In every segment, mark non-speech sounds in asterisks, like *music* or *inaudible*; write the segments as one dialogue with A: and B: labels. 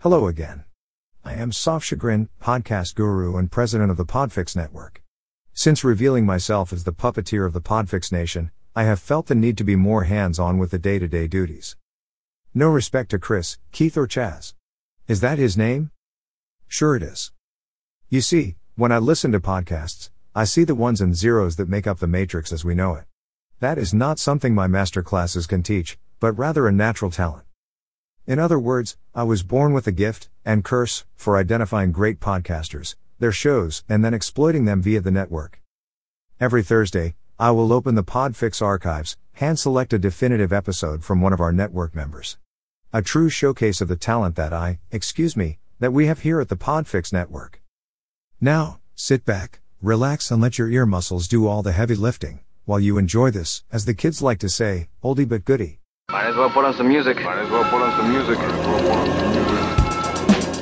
A: Hello again. I am Saf Chagrin, podcast guru and president of the Podfix Network. Since revealing myself as the puppeteer of the Podfix Nation, I have felt the need to be more hands on with the day to day duties. No respect to Chris, Keith, or Chaz. Is that his name? Sure it is. You see, when I listen to podcasts, I see the ones and zeros that make up the matrix as we know it. That is not something my master classes can teach, but rather a natural talent. In other words, I was born with a gift and curse for identifying great podcasters, their shows, and then exploiting them via the network. Every Thursday, I will open the Podfix archives, hand select a definitive episode from one of our network members. A true showcase of the talent that I, excuse me, that we have here at the Podfix network. Now, sit back, relax, and let your ear muscles do all the heavy lifting while you enjoy this, as the kids like to say, oldie but goodie.
B: Might as well put on some music. Might as well put on some music.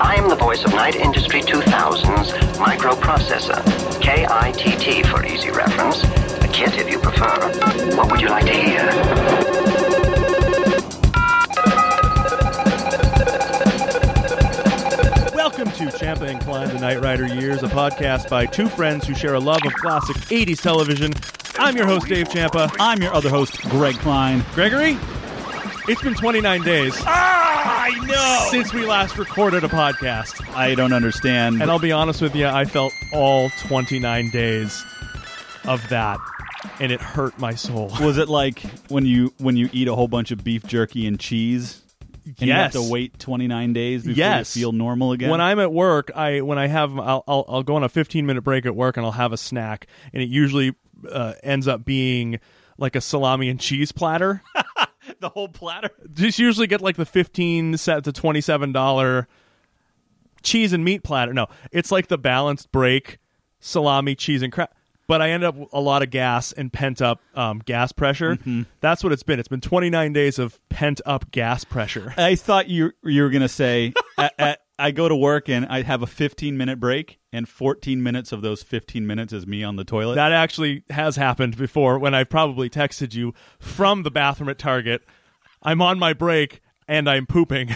C: I'm the voice of Night Industry 2000's microprocessor, KITT for easy reference. A kit if you prefer. What would you like to hear?
D: Welcome to Champa and Klein, The Night Rider Years, a podcast by two friends who share a love of classic 80s television. I'm your host, Dave Champa.
E: I'm your other host, Greg Klein.
D: Gregory, it's been 29 days
E: I
D: since we last recorded a podcast.
E: I don't understand.
D: And I'll be honest with you, I felt all 29 days of that, and it hurt my soul.
E: was it like when you when you eat a whole bunch of beef jerky and cheese? And you have
D: Yes.
E: to wait 29 days before
D: Yes.
E: you feel normal again?
D: When I'm at work, I when I have I'll I'll, I'll go on a 15 minute break at work and I'll have a snack, and it usually uh, ends up being like a salami and cheese platter.
E: *laughs* the whole platter.
D: just usually get like the 15 set to 27 dollar cheese and meat platter no it's like the balanced break salami cheese and crap but i end up with a lot of gas and pent up um, gas pressure
E: Mm-hmm.
D: that's what it's been it's been 29 days of pent up gas pressure
E: I thought you you were gonna say *laughs* I, I, I go to work and I have a 15 minute break and 14 minutes of those 15 minutes is me on the toilet.
D: that actually has happened before when i've probably texted you from the bathroom at target i'm on my break and i'm pooping *laughs*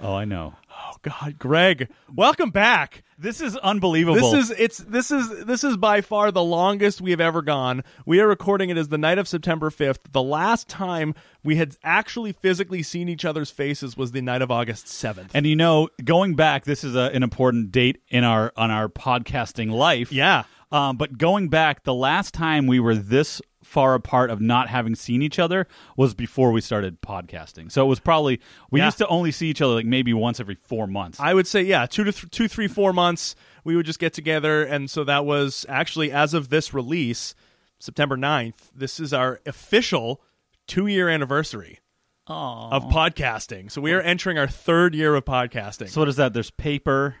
E: oh, I know.
D: oh god greg welcome back
E: This is unbelievable.
D: This is it's this is this is by far the longest we have ever gone. We are recording it as the night of September 5th. The last time we had actually physically seen each other's faces was the night of August 7th.
E: and you know, going back, this is a, an important date in our on our podcasting life.
D: yeah.
E: Um, but going back, the last time we were this far apart of not having seen each other was before we started podcasting. So it was probably we
D: Yeah.
E: used to only see each other like maybe once every four months.
D: I would say yeah, 2 to th- two, three, four months we would just get together and so that was actually as of this release, September 9th, this is our official 2-year anniversary. Of podcasting. So we are entering our third year of podcasting.
E: so what is that? There's paper.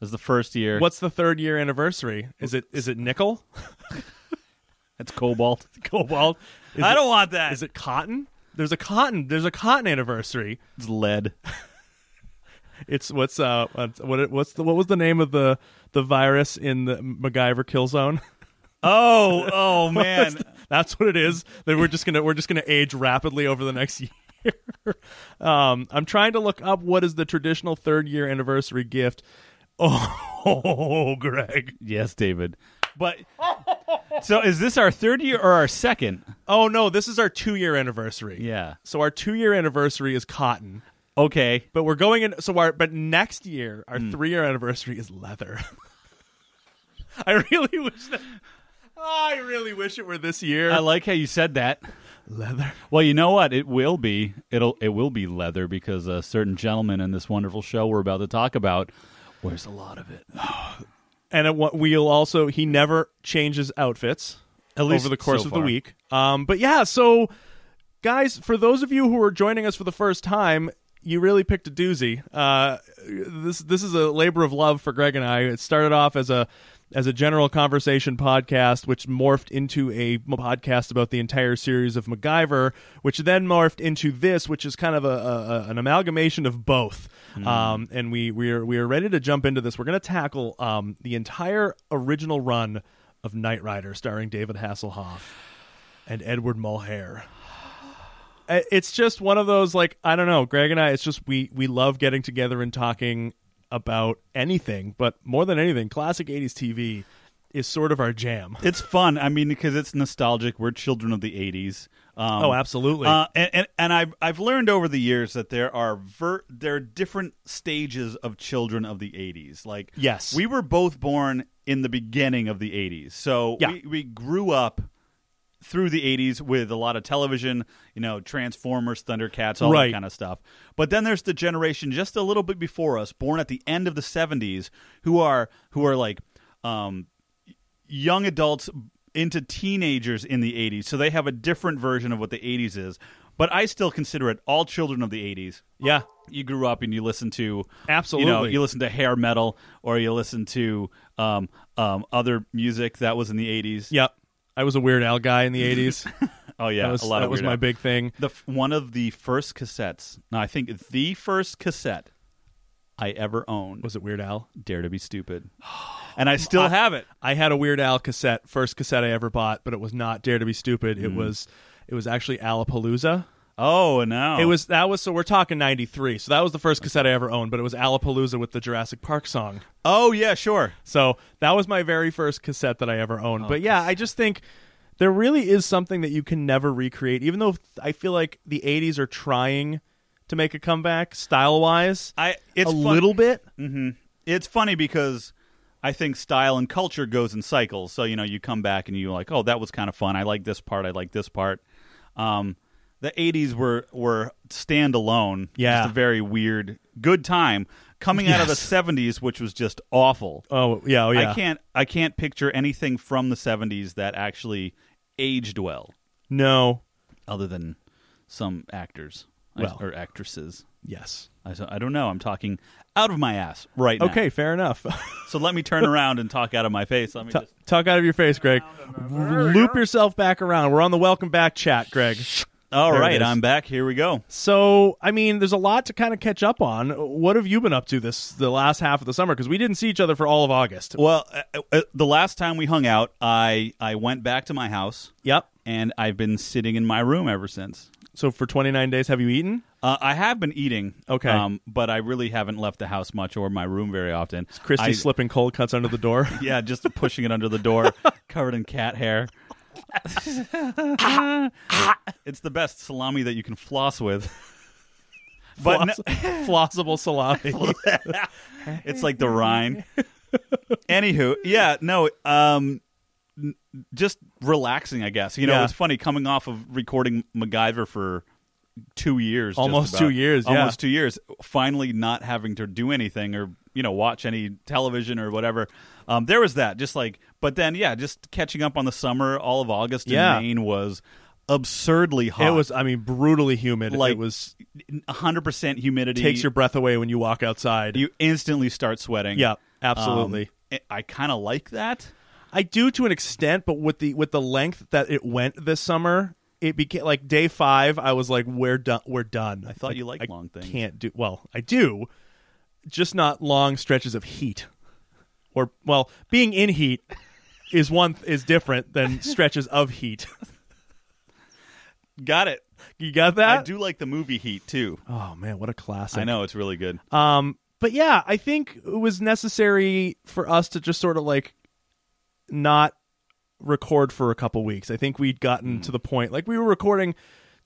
E: Is the first year.
D: What's the third year anniversary? Is it is it nickel? *laughs*
E: That's cobalt.
D: Cobalt? Is
E: I
D: it-
E: don't want that.
D: Is it cotton? There's a cotton. There's a cotton anniversary.
E: It's lead.
D: It's what's uh what's- what it- what's the what was the name of the the virus in the MacGyver kill *laughs* zone?
E: Oh, *laughs* oh man.
D: *laughs* That's what it is. That we're just gonna we're just gonna age rapidly over the next *laughs* year. um, I'm trying to look up what is the traditional third year anniversary gift. *laughs* Oh, Greg.
E: yes, David. But so is this our third year or our second?
D: Oh no, this is our two year anniversary.
E: Yeah.
D: So our two year anniversary is cotton.
E: Okay.
D: But we're going in. So our but next year, our
E: Hmm.
D: three year anniversary is leather. *laughs* I really wish that. I really wish it were this year.
E: I like how you said that.
D: leather.
E: Well, you know what? It will be it'll it will be leather because a certain gentleman in this wonderful show we're about to talk about wears a lot of it.
D: And it, wa- we'll also he never changes outfits
E: At least
D: over the course
E: so
D: of the
E: far.
D: week. Um, but yeah, so guys, for those of you who are joining us for the first time. You really picked a doozy. Uh, this this is a labor of love for Greg and I. It started off as a as a general conversation podcast, which morphed into a m- podcast about the entire series of MacGyver, which then morphed into this, which is kind of a, a, a- an amalgamation of both. Um, and we we are we are ready to jump into this. We're going to tackle um, the entire original run of Knight Rider, starring David Hasselhoff and Edward Mulhare. I- it's just one of those like I don't know. Greg and I, it's just we we love getting together and talking about anything, but more than anything, classic '80s TV is sort of our jam.
E: It's fun. I mean, because it's nostalgic. We're children of the '80s. Um,
D: Oh, absolutely.
E: Uh, and, and and I've I've learned over the years that there are ver- there are different stages of children of the '80s. Like
D: Yes.
E: we were both born in the beginning of the '80s, so
D: Yeah.
E: we, we grew up through the 80s with a lot of television, you know, Transformers, Thundercats, all
D: Right.
E: that kind of stuff. But then there's the generation just a little bit before us, born at the end of the 70s, who are who are like um, young adults into teenagers in the 80s. So they have a different version of what the 80s is. But I still consider it all children of the 80s.
D: yeah,
E: You grew up and you listen to you know
D: Absolutely.
E: you listen to hair metal or you listen to um, um, other music that was in the 80s.
D: yep. I was a Weird Al guy
E: *laughs*
D: in the '80s.
E: Oh yeah,
D: that was,
E: a lot
D: that
E: of
D: was
E: Weird
D: my
E: Al.
D: big thing.
E: the f- one of the first cassettes. No, I think the first cassette I ever owned was
D: Was it Weird Al?
E: Dare to Be Stupid, *gasps* and I still have it.
D: I had a Weird Al cassette, first cassette I ever bought, but it was not Dare to Be Stupid.
E: Mm.
D: It was it was actually Alapalooza.
E: Oh no,
D: It was that was so we're talking '93. So that was the first cassette I ever owned, but it was Alapalooza with the Jurassic Park song.
E: Oh yeah, sure.
D: So that was my very first cassette that I ever
E: Oh,
D: owned. but yeah, I just think there really is something that you can never recreate. Even though I feel like the '80s are trying to make a comeback style-wise,
E: I it's
D: a
E: fun- Mm.
D: little bit.
E: It's funny because I think style and culture goes in cycles. So you know, you come back and you're like, oh, that was kind of fun. I like this part. I like this part. Um, the '80s were were standalone.
D: Yeah.
E: just a very weird good time. Coming out of the
D: Yes.
E: '70s, which was just awful.
D: Oh yeah, oh, yeah.
E: I can't I can't picture anything from the 70s that actually aged well
D: No.
E: other than some actors I-
D: Well.
E: or actresses.
D: Yes.
E: I, s- I don't know. I'm talking out of my ass right now.
D: Okay, fair enough. *laughs*
E: So let me turn around and talk out of my face. Let me
D: T-
E: just
D: Talk out of your face, Greg. Loop yourself back around. We're on the welcome back chat, Greg.
E: All
D: There it is.
E: right, I'm back. Here we go.
D: So, I mean, there's a lot to kind of catch up on. What have you been up to this the last half of the summer? Because we didn't see each other for all of August.
E: Well, uh, uh, the last time we hung out, I I went back to my house
D: Yep.
E: and I've been sitting in my room ever since.
D: So for 29 days, have you eaten?
E: Uh, I have been eating, um,
D: Okay.
E: but I really haven't left the house much or my room very often.
D: Christy
E: I-
D: slipping cold cuts under the
E: *laughs*
D: door. *laughs*
E: Yeah, just pushing it under the door, covered in cat hair. it's the best salami that you can
D: *laughs*
E: floss with. But no- *laughs*
D: Floss- flossable *laughs* salami.
E: it's like the rind. Anywho, yeah, no, um, n- just relaxing, I guess. You know,
D: Yeah.
E: it's funny coming off of recording MacGyver for two years, just
D: Almost
E: about.
D: two years, yeah.
E: almost two years. Finally, not having to do anything or you know watch any television or whatever. Um, there was that, just like, but then yeah, just catching up on the summer. All of August in
D: Yeah.
E: Maine was absurdly hot.
D: it was, I mean, brutally humid.
E: Like-
D: it was
E: hundred percent humidity.
D: takes your breath away when you walk outside.
E: you instantly start sweating.
D: yeah, absolutely.
E: Um, I- I kind of like that.
D: I do to an extent, but with the with the length that it went this summer, it became like day five. I was like, we're done. We're done. I
E: thought you liked long things.
D: Can't do well. I do, just not long stretches of heat, or well, being in heat is one is different than stretches of heat. *laughs*
E: Got it.
D: You got that?
E: I do like the movie Heat too.
D: Oh man, what a classic!
E: I know it's really good.
D: Um, but yeah, I think it was necessary for us to just sort of like not record for a couple weeks. I think we'd
E: Mm.
D: gotten to the point like we were recording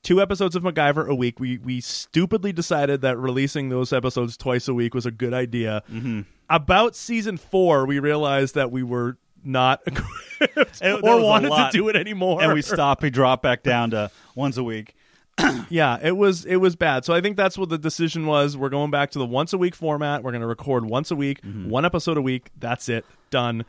D: two episodes of MacGyver a week. We we stupidly decided that releasing those episodes twice a week was a good idea.
E: Mm-hmm.
D: About season four, we realized that we were not *laughs* equipped
E: It- there
D: or
E: was a
D: wanted to
E: lot.
D: do it anymore.
E: and we stop. We drop back down to once a week.
D: Yeah, it was it was bad. So I think that's what the decision was. We're going back to the once a week format. We're going to record once a week, one episode a week. That's it, done,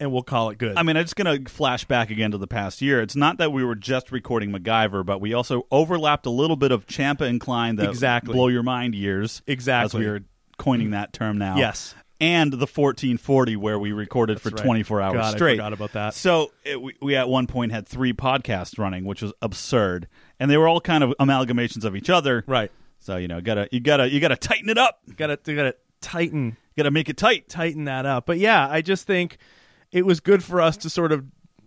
D: and we'll call it good.
E: I mean, I'm just gonna flash back again to the past year. It's not that we were just recording MacGyver, but we also overlapped a little bit of Champa and Klein, the
D: Exactly.
E: blow your mind years, as
D: Exactly.
E: we are coining that term now.
D: Yes.
E: and the 1440 where we recorded for
D: right.
E: 24 hours
D: God, I
E: straight.
D: forgot about that.
E: So it, we, we at one point had three podcasts running, which was absurd, and they were all kind of amalgamations of each other.
D: right?
E: So you know, gotta you gotta you gotta tighten it up.
D: Got to got to tighten
E: Gotta make it tight. *laughs*
D: tighten that up. But yeah, I just think it was good for us to sort of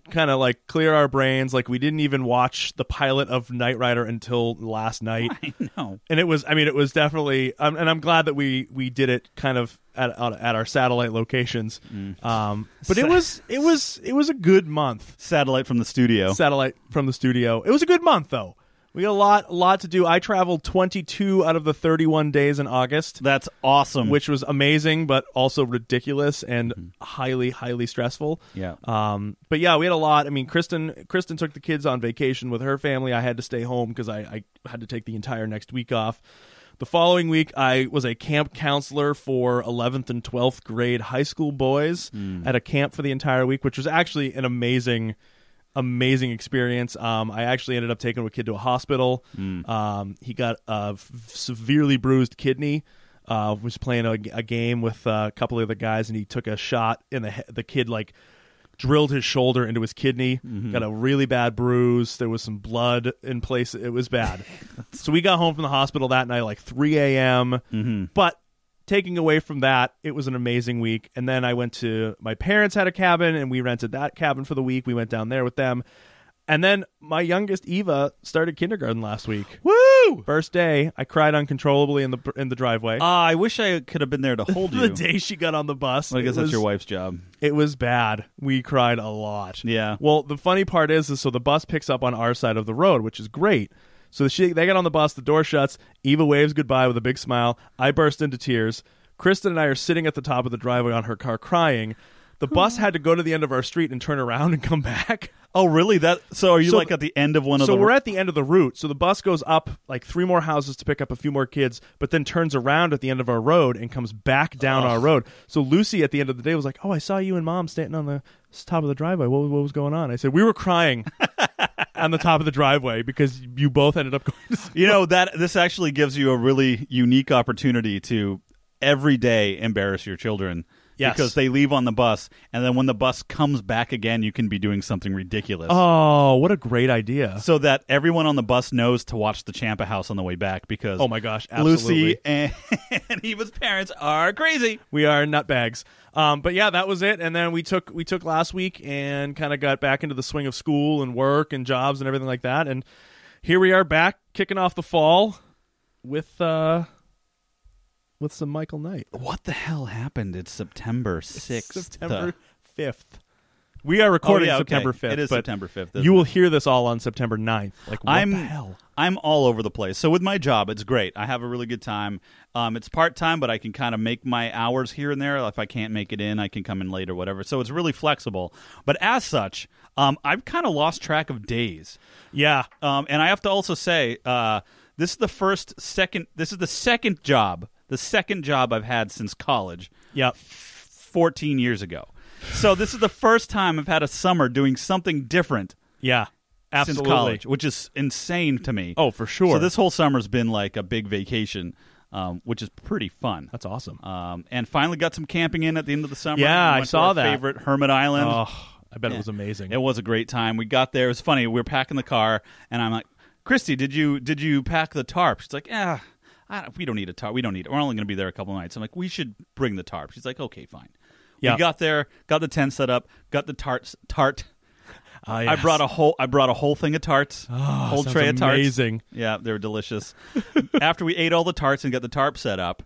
D: kind of like clear our brains. Like we didn't even watch the pilot of Knight Rider until last night,
E: no.
D: and it was. I mean, it was definitely. Um, and I'm glad that we we did it kind of at at, at our satellite locations. Um, but it
E: Mm. Sa-
D: was it was it was a good month.
E: Satellite from the studio.
D: Satellite from the studio. It was a good month though. We had a lot a lot to do. I traveled 22 out of the 31 days in August.
E: That's awesome.
D: Which was amazing, but also ridiculous and highly, highly stressful.
E: Mm-hmm. Yeah.
D: Um, but yeah, we had a lot. I mean, Kristen, Kristen took the kids on vacation with her family. I had to stay home because I, I had to take the entire next week off. The following week, I was a camp counselor for 11th and 12th grade high school boys at a camp for the entire week, which was actually an amazing, amazing experience. Um, I actually ended up taking a kid to a hospital. Um, he got a f- severely bruised kidney uh, was playing a, a game with uh, a couple of the guys, and he took a shot, and the he- the kid like drilled his shoulder into his kidney,
E: Mm-hmm.
D: got a really bad bruise. There was some blood in place. It was
E: *laughs*
D: bad. so we got home from the hospital that night, like 3 a.m.
E: Mm-hmm.
D: But taking away from that, it was an amazing week. And then I went to my parents had a cabin, and we rented that cabin for the week. We went down there with them. And then my youngest Eva started kindergarten last week.
E: Woo!
D: First day, I cried uncontrollably in the in the driveway.
E: Ah, I wish I could have been *laughs* there to hold
D: *laughs*
E: you.
D: the day she got on the bus,
E: Well, I
D: it
E: guess
D: was-
E: that's your wife's job.
D: It was bad. We cried a lot.
E: Yeah.
D: Well, the funny part is, is so the bus picks up on our side of the road, which is great. So she, they get on the bus, the door shuts. Eva waves goodbye with a big smile. I burst into tears. Kristen and I are sitting at the top of the driveway on her car crying. The bus had to go to the end of our street and turn around and come *laughs* back.
E: Oh, really? That so? Are you
D: So-
E: like at the end of one of
D: so
E: the?
D: we're at the end of the route. So the bus goes up like three more houses to pick up a few more kids, but then turns around at the end of our road and comes back down our road. So Lucy at the end of the day was like, "Oh, I saw you and mom standing on the s- top of the driveway. What, what was going on?" I said, "We were *laughs* crying on the top of the driveway because you both ended up going." To sleep."
E: *laughs* you know that this actually gives you a really unique opportunity to every day embarrass your children.
D: Yes.
E: Because they leave on the bus, and then when the bus comes back again, you can be doing something ridiculous.
D: oh, what a great idea!
E: so that everyone on the bus knows to watch the Champa House on the way back because
D: Oh my gosh,
E: Lucy
D: absolutely.
E: and, *laughs* and Eva's parents are crazy.
D: We are nutbags. Um, but yeah, that was it. And then we took we took last week and kind of got back into the swing of school and work and jobs and everything like that. And here we are back kicking off the fall with uh, with some Michael Knight.
E: What the hell happened? It's September sixth. uh. Oh,
D: September fifth. We are recording
E: yeah, okay.
D: September fifth.
E: It is
D: but
E: September 5th, isn't
D: You will
E: it?
D: hear this all on September 9th. Like what
E: I'm
D: the hell?
E: I'm all over the place. So with my job, it's great. I have a really good time. Um, it's part time, but I can kind of make my hours here and there. If I can't make it in, I can come in late or whatever. So it's really flexible. But as such, um, I've kind of lost track of days.
D: Yeah.
E: Um, and I have to also say, uh, this is the first second. This is the second job, the second job I've had since college,
D: Yeah.
E: 14 years ago. So this is the first time I've had a summer doing something different
D: Yeah. Absolutely.
E: since college, which is insane to me.
D: Oh, for sure.
E: So this whole summer's been like a big vacation, um, which is pretty fun.
D: That's awesome.
E: Um, and finally got some camping in at the end of the summer.
D: Yeah,
E: We
D: I
E: went to
D: saw
E: our
D: that.
E: Favorite Hermit Island.
D: oh, I bet it was amazing.
E: It was a great time. We got there. It was funny. We were packing the car, and I'm like, "Christy, did you did you pack the tarp?" She's like, "Yeah, I don't, we don't need a tarp. We don't need it. We're only going to be there a couple nights." I'm like, "We should bring the tarp." She's like, "Okay, fine."
D: Yeah.
E: We got there, got the tent set up, got the tarts tart.
D: Ah,
E: I
D: yes. Ah,
E: brought a whole I brought a whole thing of tarts, whole
D: sounds
E: tray of tarts.
D: amazing.
E: Yeah, they were delicious. *laughs* After we ate all the tarts and got the tarp set up,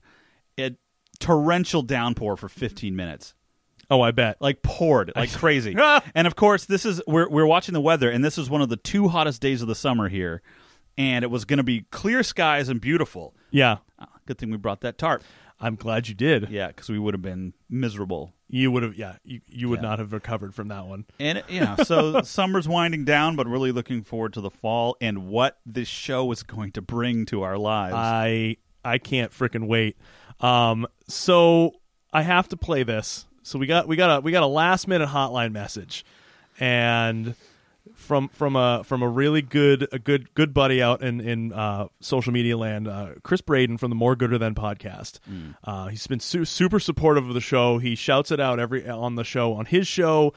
E: it torrential downpour for 15 minutes
D: Oh, I bet.
E: like
D: *laughs*
E: poured like crazy. and of course, this is we're we're watching the weather, and this is one of the two hottest days of the summer here, and it was going to be clear skies and beautiful.
D: Yeah.
E: Ah, Good thing we brought that tarp.
D: I'm glad you did.
E: Yeah, because we would have been miserable.
D: You would have, yeah, you, you would
E: Yeah.
D: not have recovered from that one.
E: And you know, *laughs* so summer's winding down, but really looking forward to the fall and what this show is going to bring to our lives.
D: I I can't freaking wait. Um, so I have to play this. So we got we got a we got a last minute hotline message, and from from a from a really good a good good buddy out in in uh, social media land, uh, Chris Braden from the More Gooder Than podcast. Uh, he's been su- super supportive of the show. He shouts it out every on the show on his show.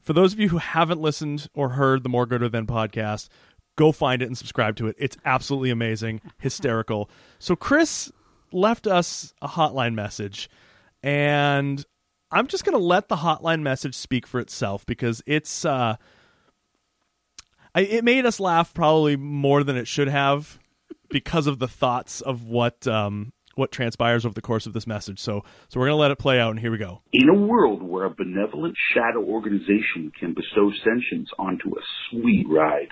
D: For those of you who haven't listened or heard the More Gooder Than podcast, go find it and subscribe to it. It's absolutely amazing, hysterical. So Chris left us a hotline message, and I'm just gonna let the hotline message speak for itself because it's uh, I, it made us laugh probably more than it should have because of the thoughts of what um, what transpires over the course of this message. So so we're gonna let it play out, and here we go.
F: In a world where a benevolent shadow organization can bestow sentience onto a sweet ride,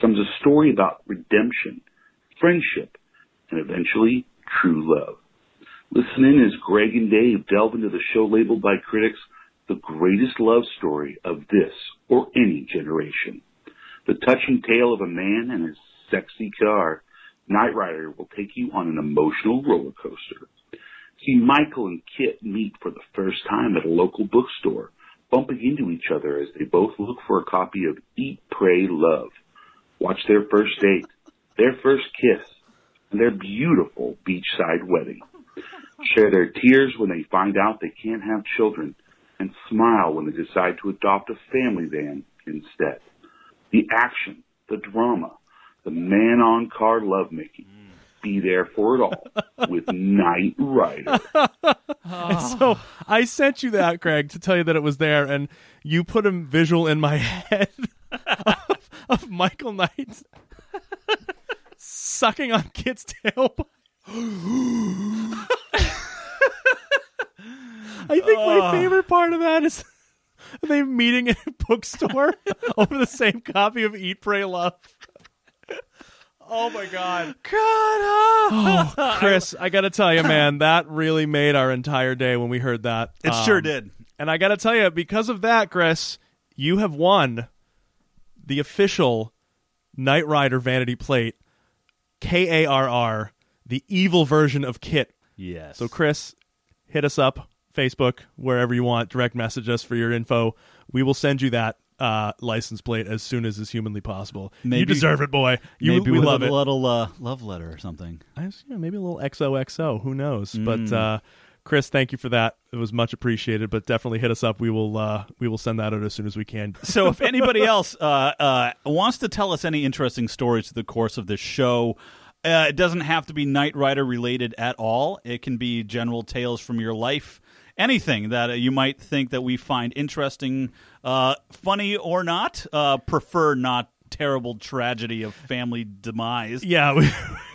F: comes a story about redemption, friendship, and eventually true love. Listen in as Greg and Dave delve into the show labeled by critics the greatest love story of this or any generation. The touching tale of a man and his sexy car, Knight Rider will take you on an emotional roller coaster. See Michael and Kit meet for the first time at a local bookstore, bumping into each other as they both look for a copy of Eat, Pray, Love. Watch their first date, their first kiss, and their beautiful beachside wedding. Share their tears when they find out they can't have children, and smile when they decide to adopt a family van instead. The action, the drama, the man on car lovemaking. Be there for it all with Knight Rider.
D: So I sent you that, Greg, to tell you that it was there, and you put a visual in my *laughs* head of, of Michael Knight sucking on Kit's tailbone. I think my favorite part of that is they meeting in a *laughs* bookstore over the same copy of Eat, Pray, Love. Oh my God. Oh, Chris, *laughs* I got to tell you, man, that really made our entire day when we heard that.
E: It
D: Um,
E: sure did.
D: And I got to tell you, because of that, Chris, you have won the official Knight Rider vanity plate, K A R R, the evil version of Kit.
E: Yes.
D: So, Chris, hit us up, Facebook, wherever you want, direct message us for your info. We will send you that. Uh, license plate as soon as is humanly possible. you
E: Maybe-
D: deserve it, boy. You,
E: maybe
D: we
E: with
D: love
E: a
D: it.
E: little uh, love letter or something.
D: I was, yeah, maybe a little XOXO. Who knows? But uh, Chris, thank you for that. It was much appreciated. But definitely hit us up. We will uh, we will send that out as soon as we can.
E: so if anybody else uh, uh, wants to tell us any interesting stories through the course of this show uh, it doesn't have to be knight rider related at all it can be general tales from your life anything that uh, you might think that we find interesting uh, funny or not uh, prefer not terrible tragedy of family demise
D: Yeah,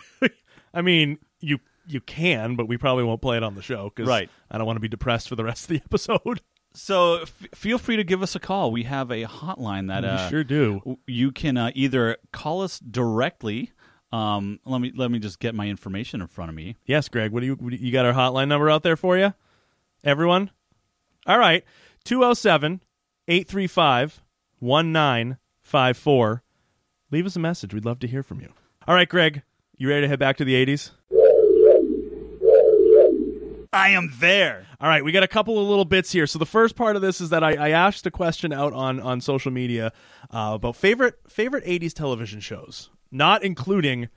D: *laughs* we, I mean you you can, but we probably won't play it on the show because
E: Right.
D: I don't want to be depressed for the rest of the *laughs* episode.
E: so f- feel free to give us a call we have a hotline that uh,
D: you sure do.
E: you can uh, either call us directly. Um, let me let me just get my information in front of me.
D: Yes, Greg. What do you what do you you got our hotline number out there for you? Everyone? All right. 207 835 1954. Leave us a message. We'd love to hear from you. All right, Greg. You ready to head back to the 80s?
E: I am there.
D: All right, we got a couple of little bits here. So the first part of this is that I, I asked a question out on on social media uh, about favorite favorite '80s television shows, not including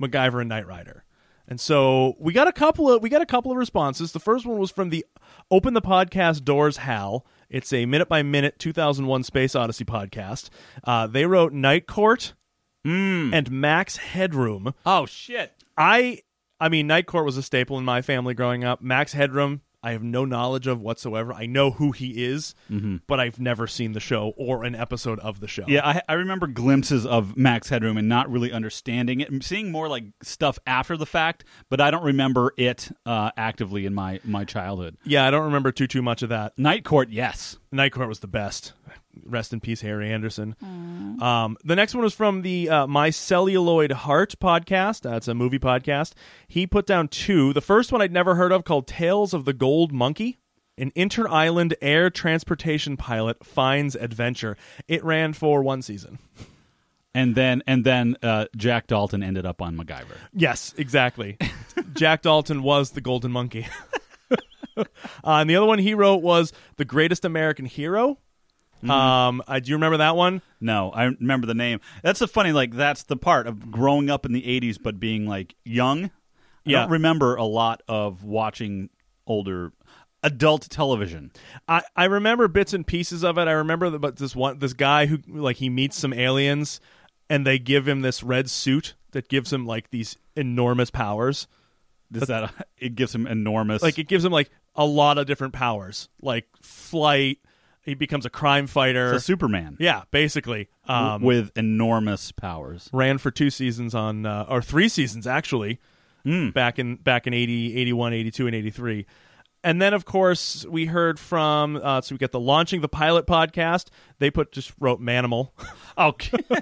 D: MacGyver and Knight Rider. And so we got a couple of we got a couple of responses. The first one was from the Open the Podcast Doors Hal. It's a minute by minute 2001 Space Odyssey podcast. Uh, they wrote Night Court and Max Headroom.
E: Oh shit!
D: I I mean Night Court was a staple in my family growing up. Max Headroom, I have no knowledge of whatsoever. I know who he is, but I've never seen the show or an episode of the show.
E: Yeah, I, I remember glimpses of Max Headroom and not really understanding it, I'm seeing more like stuff after the fact, but I don't remember it uh, actively in my my childhood.
D: Yeah, I don't remember too too much of that.
E: Night Court, yes.
D: Night Court was the best. Rest in peace, Harry Anderson. Um, the next one was from the uh, My Celluloid Heart podcast. Uh, it's a movie podcast. He put down two. The first one I'd never heard of called Tales of the Gold Monkey. An inter island air transportation pilot finds adventure. It ran for one season.
E: And then and then uh, Jack Dalton ended up on MacGyver.
D: Yes, exactly. Jack Dalton was the Golden Monkey. *laughs* uh, and the other one he wrote was The Greatest American Hero. Um, I, do you remember that one?
E: No, I remember the name. That's the funny, like that's the part of growing up in the '80s, but being like young. I
D: Yeah.
E: don't remember a lot of watching older adult television.
D: I, I remember bits and pieces of it. I remember about this one this guy who like he meets some aliens and they give him this red suit that gives him like these enormous powers.
E: Is that *laughs* it gives him enormous
D: Like it gives him like a lot of different powers, like flight. He becomes a crime fighter.
E: So Superman
D: yeah, basically. Um,
E: with enormous powers.
D: ran for two seasons on uh, or three seasons actually back in back in 80 81 82 and 83 and then of course we heard from uh, so we got the launching the pilot podcast they put just wrote manimal
E: Okay.
D: *laughs*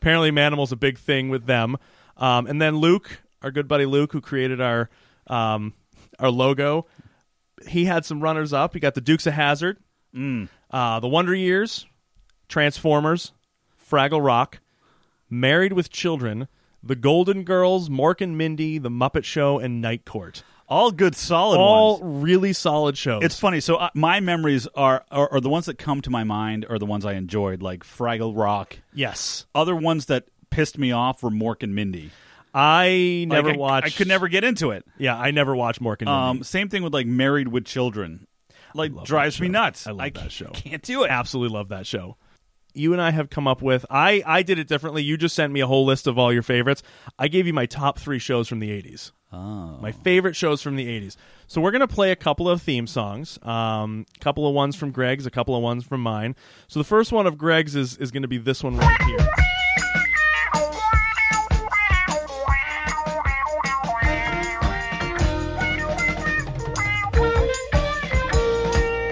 D: apparently manimal's a big thing with them um, and then luke our good buddy luke who created our um, our logo he had some runners up he got the dukes of hazard uh, the wonder years transformers fraggle rock married with children the golden girls mork and mindy the muppet show and night court
E: All good, solid
D: all
E: ones.
D: really solid shows
E: It's funny. So uh, my memories are, are are the ones that come to my mind are the ones I enjoyed, like Fraggle Rock.
D: yes
E: Other ones that pissed me off were Mork and Mindy.
D: i
E: Like,
D: never
E: I-
D: watched
E: I could never get into it.
D: yeah i never watched mork and mindy
E: Um, same thing with like Married with Children. Like drives me nuts.
D: I love that
E: can't-
D: show.
E: Can't do it.
D: absolutely love that show. You and I have come up with I I did it differently. You just sent me a whole list of all your favorites. I gave you my top 3 shows from the 80s. Oh. My favorite shows from the 80s. So we're going to play a couple of theme songs. Um a couple of ones from Greg's, a couple of ones from mine. So the first one of Greg's is is going to be this one right here.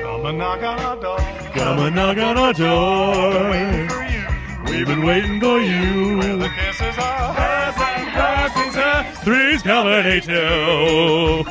G: Come and knock on our door.
D: Come and knock on our door.
G: For you.
D: We've been waiting for
G: The
D: you.
G: kisses are hers and hers is hers.
D: Three's coming eight two.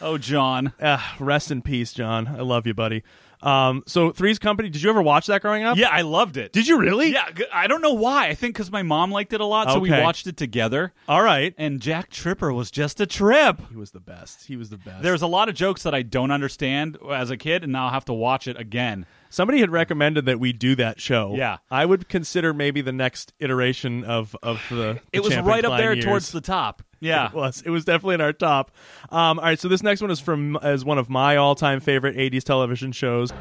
E: Oh, John.
D: Ah, rest in peace, John. I love you, buddy. Um, so Three's Company. Did you ever watch that growing up?
E: Yeah, I loved it.
D: Did you really?
E: Yeah, g- I don't know why. I think because my mom liked it a lot, so we
D: Okay.
E: watched it together.
D: All right.
E: And Jack Tripper was just a trip.
D: He was the best. He was the best.
E: There's a lot of jokes that I don't understand as a kid, and now I'll have to watch it again.
D: somebody had recommended that we do that show.
E: Yeah.
D: I would consider maybe the next iteration of of the. the
E: It was
D: Champion
E: right up
D: Klein
E: there
D: years.
E: towards the top. Yeah.
D: *laughs* It
E: *laughs*
D: was. It was definitely in our top. Um, all right, so this next one is from as one of my all time favorite '80s television shows.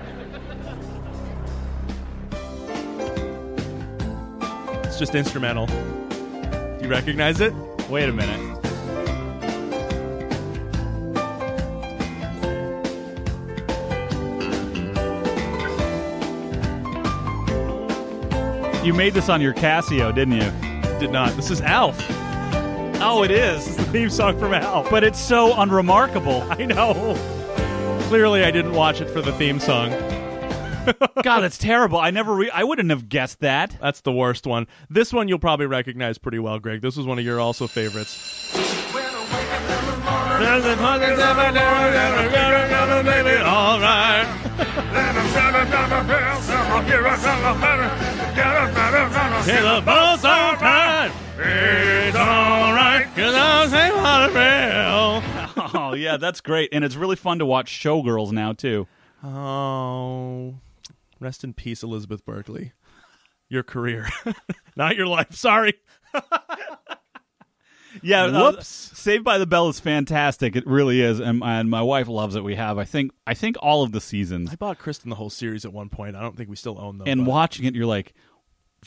D: It's just instrumental. Do you recognize it?
E: Wait a minute. You made this on your Casio, didn't you?
D: Did not. This is Alf.
E: Oh, it is.
D: The theme song from Alf.
E: But it's so unremarkable.
D: *laughs* I know. Clearly, I didn't watch it for the theme song.
E: God, that's terrible. I never re- I wouldn't have guessed that.
D: That's the worst one. This one you'll probably recognize pretty well, Greg. This was one of your also favorites.
E: Oh, yeah, that's great. And it's really fun to watch Showgirls now, too.
D: Oh, rest in peace, Elizabeth Berkley. Your career, *laughs* not your life. Sorry.
E: Yeah, uh,
D: Whoops.
E: Saved by the Bell is fantastic. It really is, and, and my wife loves it. We have, I think, I think all of the seasons.
D: I bought Kristen the whole series at one point. I don't think we still own them.
E: And
D: but-
E: watching it, you're like,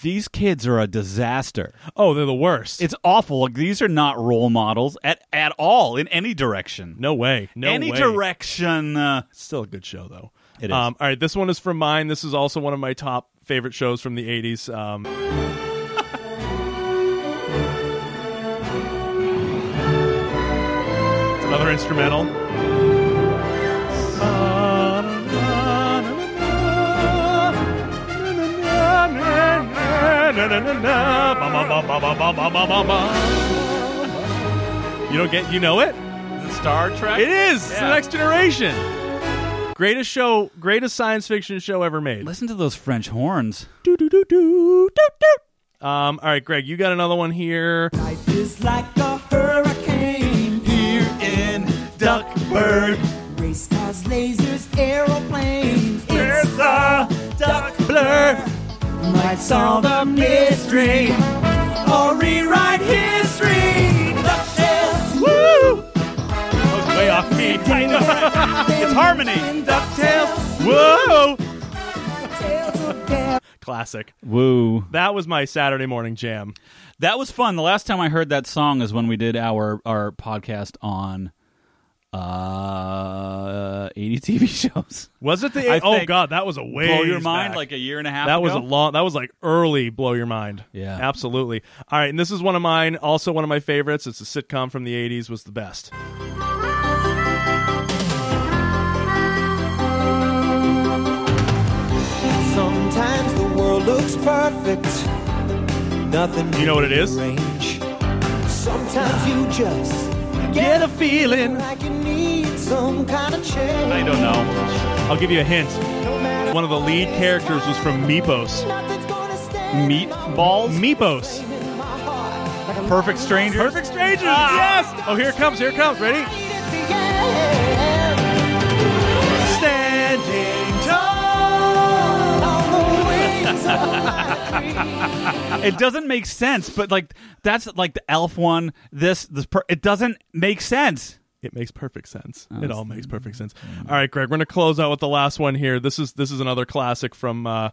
E: these kids are a disaster.
D: oh, they're the worst.
E: It's awful. Like, these are not role models at at all in any direction.
D: no way. No
E: any
D: way.
E: direction. Uh,
D: Still a good show though.
E: It is.
D: Um, all right, this one is from mine. This is also one of my top favorite shows from the '80s. Um, *laughs* it's another instrumental. You don't get, you know it?
E: Star Trek.
D: It is. It's the
E: Yeah.
D: next generation. Greatest show, greatest science fiction show ever made.
E: Listen to those French horns.
D: Do, do, do, do, do, do. Um, all right, Greg, you got another one here.
H: is like a hurricane here in Duckburg. Race cars, lasers, aeroplanes. It's the Duck Blur. Might solve a mystery or rewrite history. DuckTales. Woo!
E: Way off beat.
D: *laughs*
E: it's harmony.
H: DuckTales.
D: Whoa!
H: Tales of Dare.
D: Classic.
E: Woo.
D: That was my Saturday morning jam.
E: That was fun. The last time I heard that song is when we did our our podcast on uh, 80 TV *laughs* shows.
D: Was it the?
E: I
D: oh
E: think-
D: god, that was a way.
E: Blow your mind like a year and a half.
D: that was a
E: ago?
D: long. That was like early. Blow your mind.
E: Yeah.
D: absolutely. All right, and this is one of mine. Also one of my favorites. It's a sitcom from the '80s. Was the best.
H: Sometimes the world looks perfect. Nothing
D: You know what it is?
H: Range. Sometimes you just
E: Get a feeling.
H: like you need some kind of change.
E: I don't know.
D: I'll give you a hint.
H: No matter
D: One of the lead characters was from Meepos.
H: Nothing's gonna stand in my
E: Meatballs.
D: Meepos.
H: heart. Like a
E: Perfect Strangers.
D: Perfect
H: *laughs*
D: Strangers.
E: Ah.
D: Yes. Oh, here it comes. Here it comes. Ready?
H: light at the end.
E: Standing
H: On the wings of
D: *laughs*
H: my dreams.
E: It doesn't make sense, but like that's like the elf one. This this per- it doesn't make sense.
D: It makes perfect sense. it all makes perfect sense. All right, Greg, we're gonna close out with the last one here. This is this is another classic from uh,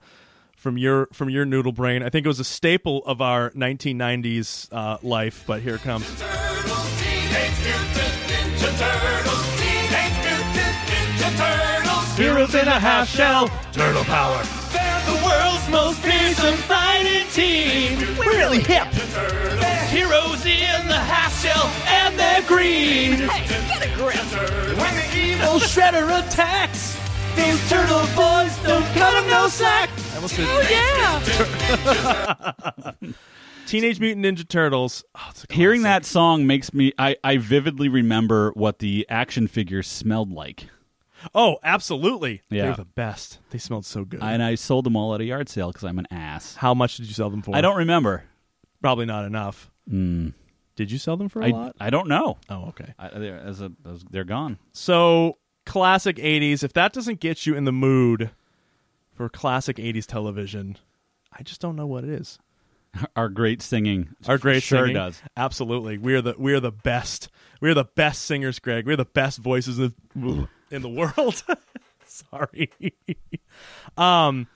D: from your from your noodle brain. I think it was a staple of our 1990s uh, life, but here it comes.
E: Heroes in a half shell.
D: Turtle power. Teenage Mutant Ninja Turtles. Oh, it's a classic.
E: Hearing that song makes me I, I vividly remember what the action figures smelled like.
D: Oh, absolutely.
E: Yeah.
D: They're the best. They smelled so good.
E: And I sold them all at a yard sale because I'm an ass.
D: How much did you sell them for?
E: I don't remember.
D: Probably not enough. Did you sell them for a
E: I,
D: lot?
E: I don't know.
D: Oh, okay.
E: I, they're, as a, as- they're gone.
D: So classic '80s. If that doesn't get you in the mood for classic '80s television, I just don't know what it is.
E: Our great singing.
D: Our great
E: sure
D: singing.
E: does. *laughs*
D: absolutely. We are the we are the best. We are the best singers, Greg. We are the best voices in, in the world. *laughs* Sorry. um,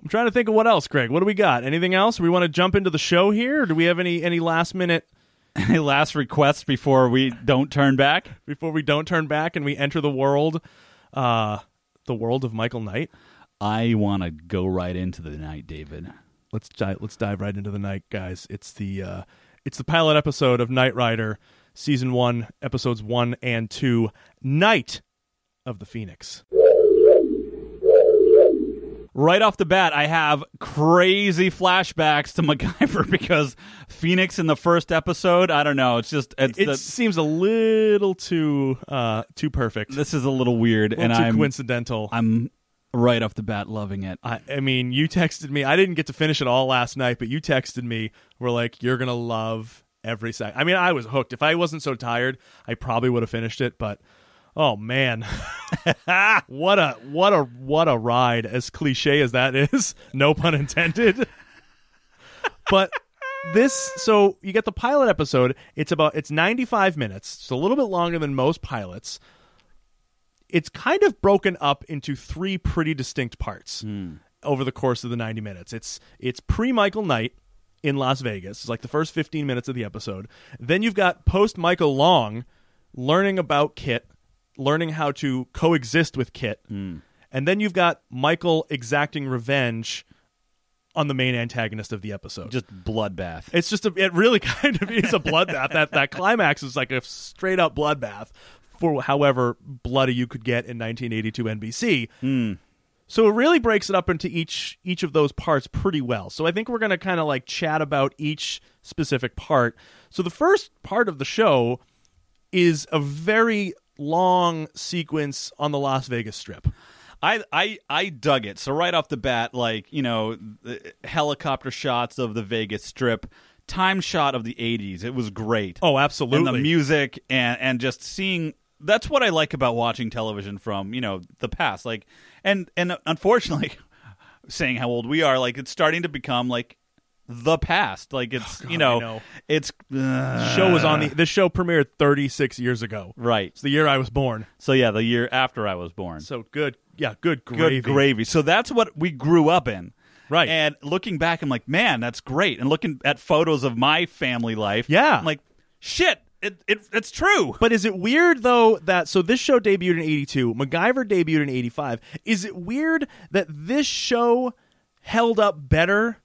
D: I'm trying to think of what else, Greg. What do we got? Anything else? We want to jump into the show here. Or do we have any any last minute
E: Any last requests before we don't turn back?
D: before we don't turn back and we enter the world, uh, the world of Michael Knight?
E: I want to go right into the night, David.
D: let's dive, let's dive right into the night, guys. It's the uh, it's the pilot episode of Night Rider, season one, episodes one and two, Night of the Phoenix.
E: Right off the bat, I have crazy flashbacks to *laughs* MacGyver because Phoenix in the first episode. I don't know. It's just it's,
D: It
E: the-
D: seems a little too uh, too perfect, a
E: this is a little weird,
D: little
E: and
D: too
E: I'm
D: coincidental. i
E: I'm right off the bat loving it.
D: I, mean, you texted me. I didn't get to finish it all last night, but you texted me. We're like, you're gonna love every second. I mean, I was hooked. If I wasn't so tired, I probably would have finished it. But oh man, *laughs* what a what a what a ride as cliche as that is *laughs* no pun intended but this so you get the pilot episode it's about it's 95 minutes it's a little bit longer than most pilots it's kind of broken up into three pretty distinct parts over the course of the 90 minutes it's it's pre michael knight in las vegas it's like the first 15 minutes of the episode then you've got post michael long learning about kit learning how to coexist with kit and then you've got michael exacting revenge on the main antagonist of the episode
E: Just bloodbath.
D: it's just a, it really *laughs* kind of is a bloodbath. that that climax is like a straight up bloodbath for however bloody you could get in 1982 NBC.
E: Hmm.
D: So it really breaks it up into each each of those parts pretty well. So I think we're going to kind of like chat about each specific part. So the first part of the show is a very long sequence on the Las Vegas Strip.
E: I, I I dug it. So right off the bat, like you know, the helicopter shots of the Vegas Strip, time shot of the '80s. It was great.
D: Oh, absolutely.
E: And the music and and just seeing that's what I like about watching television from, you know, the past. Like and and unfortunately *laughs* saying how old we are, like it's starting to become like the past. Like it's, you know,
D: Oh, I know.
E: it's uh,
D: show was on the this show premiered 36 years ago.
E: right.
D: It's the year I was born.
E: So yeah, the year after I was born.
D: So good. Yeah, good
E: good
D: gravy.
E: gravy. So that's what we grew up in.
D: Right.
E: And looking back, I'm like, man, that's great. And looking at photos of my family life,
D: Yeah.
E: I'm like, shit, it, it it's true.
D: But is it weird though that so this show debuted in 82, MacGyver debuted in 85. Is it weird that this show held up better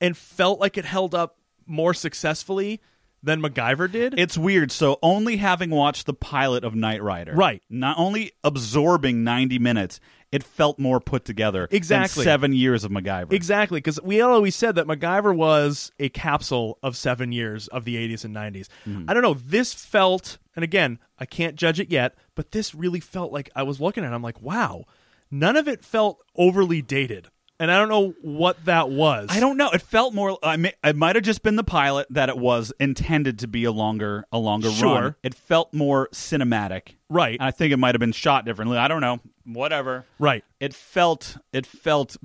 D: and felt like it held up more successfully than MacGyver did?
E: It's weird. So only having watched the pilot of Knight Rider,
D: Right.
E: Not only absorbing ninety minutes, it felt more put together. than
D: Exactly.
E: seven years of MacGyver.
D: Exactly, because we had always said that MacGyver was a capsule of seven years of the 80s and 90s.
E: Mm-hmm.
D: I don't know. This felt, and again, I can't judge it yet, but this really felt like I was looking at. it, I'm like, wow, none of it felt overly dated, and I don't know what that was.
E: I don't know. It felt more. I may, it might have just been the pilot that it was intended to be a longer, a longer
D: Sure.
E: run. It felt more cinematic,
D: Right.
E: And I think it might have been shot differently. I don't know. Whatever.
D: Right.
E: It felt. It felt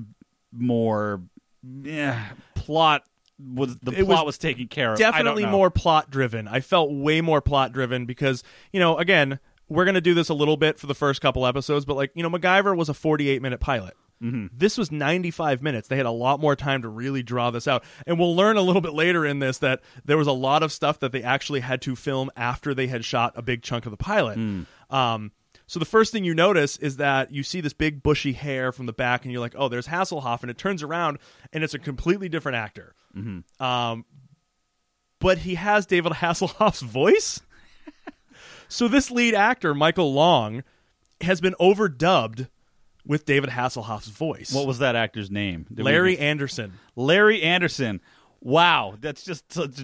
E: more. Yeah. Plot was the
D: It was
E: plot was, taken care of. I don't
D: Definitely
E: know.
D: more plot driven. I felt way more plot driven because, you know, again, we're going to do this a little bit for the first couple episodes, but like, you know, MacGyver was a 48 minute pilot.
E: Mm-hmm.
D: This was 95 minutes. They had a lot more time to really draw this out. And we'll learn a little bit later in this that there was a lot of stuff that they actually had to film after they had shot a big chunk of the pilot.
E: Hmm.
D: Um, so the first thing you notice is that you see this big bushy hair from the back, and you're like, "Oh, there's Hasselhoff," and it turns around, and it's a completely different actor. Um, but he has David *laughs* Hasselhoff's voice. so this lead actor, Michael Long, has been overdubbed with David Hasselhoff's voice.
E: What was that actor's name? Did we-
D: Larry Anderson.
E: Larry Anderson. Wow, that's just such a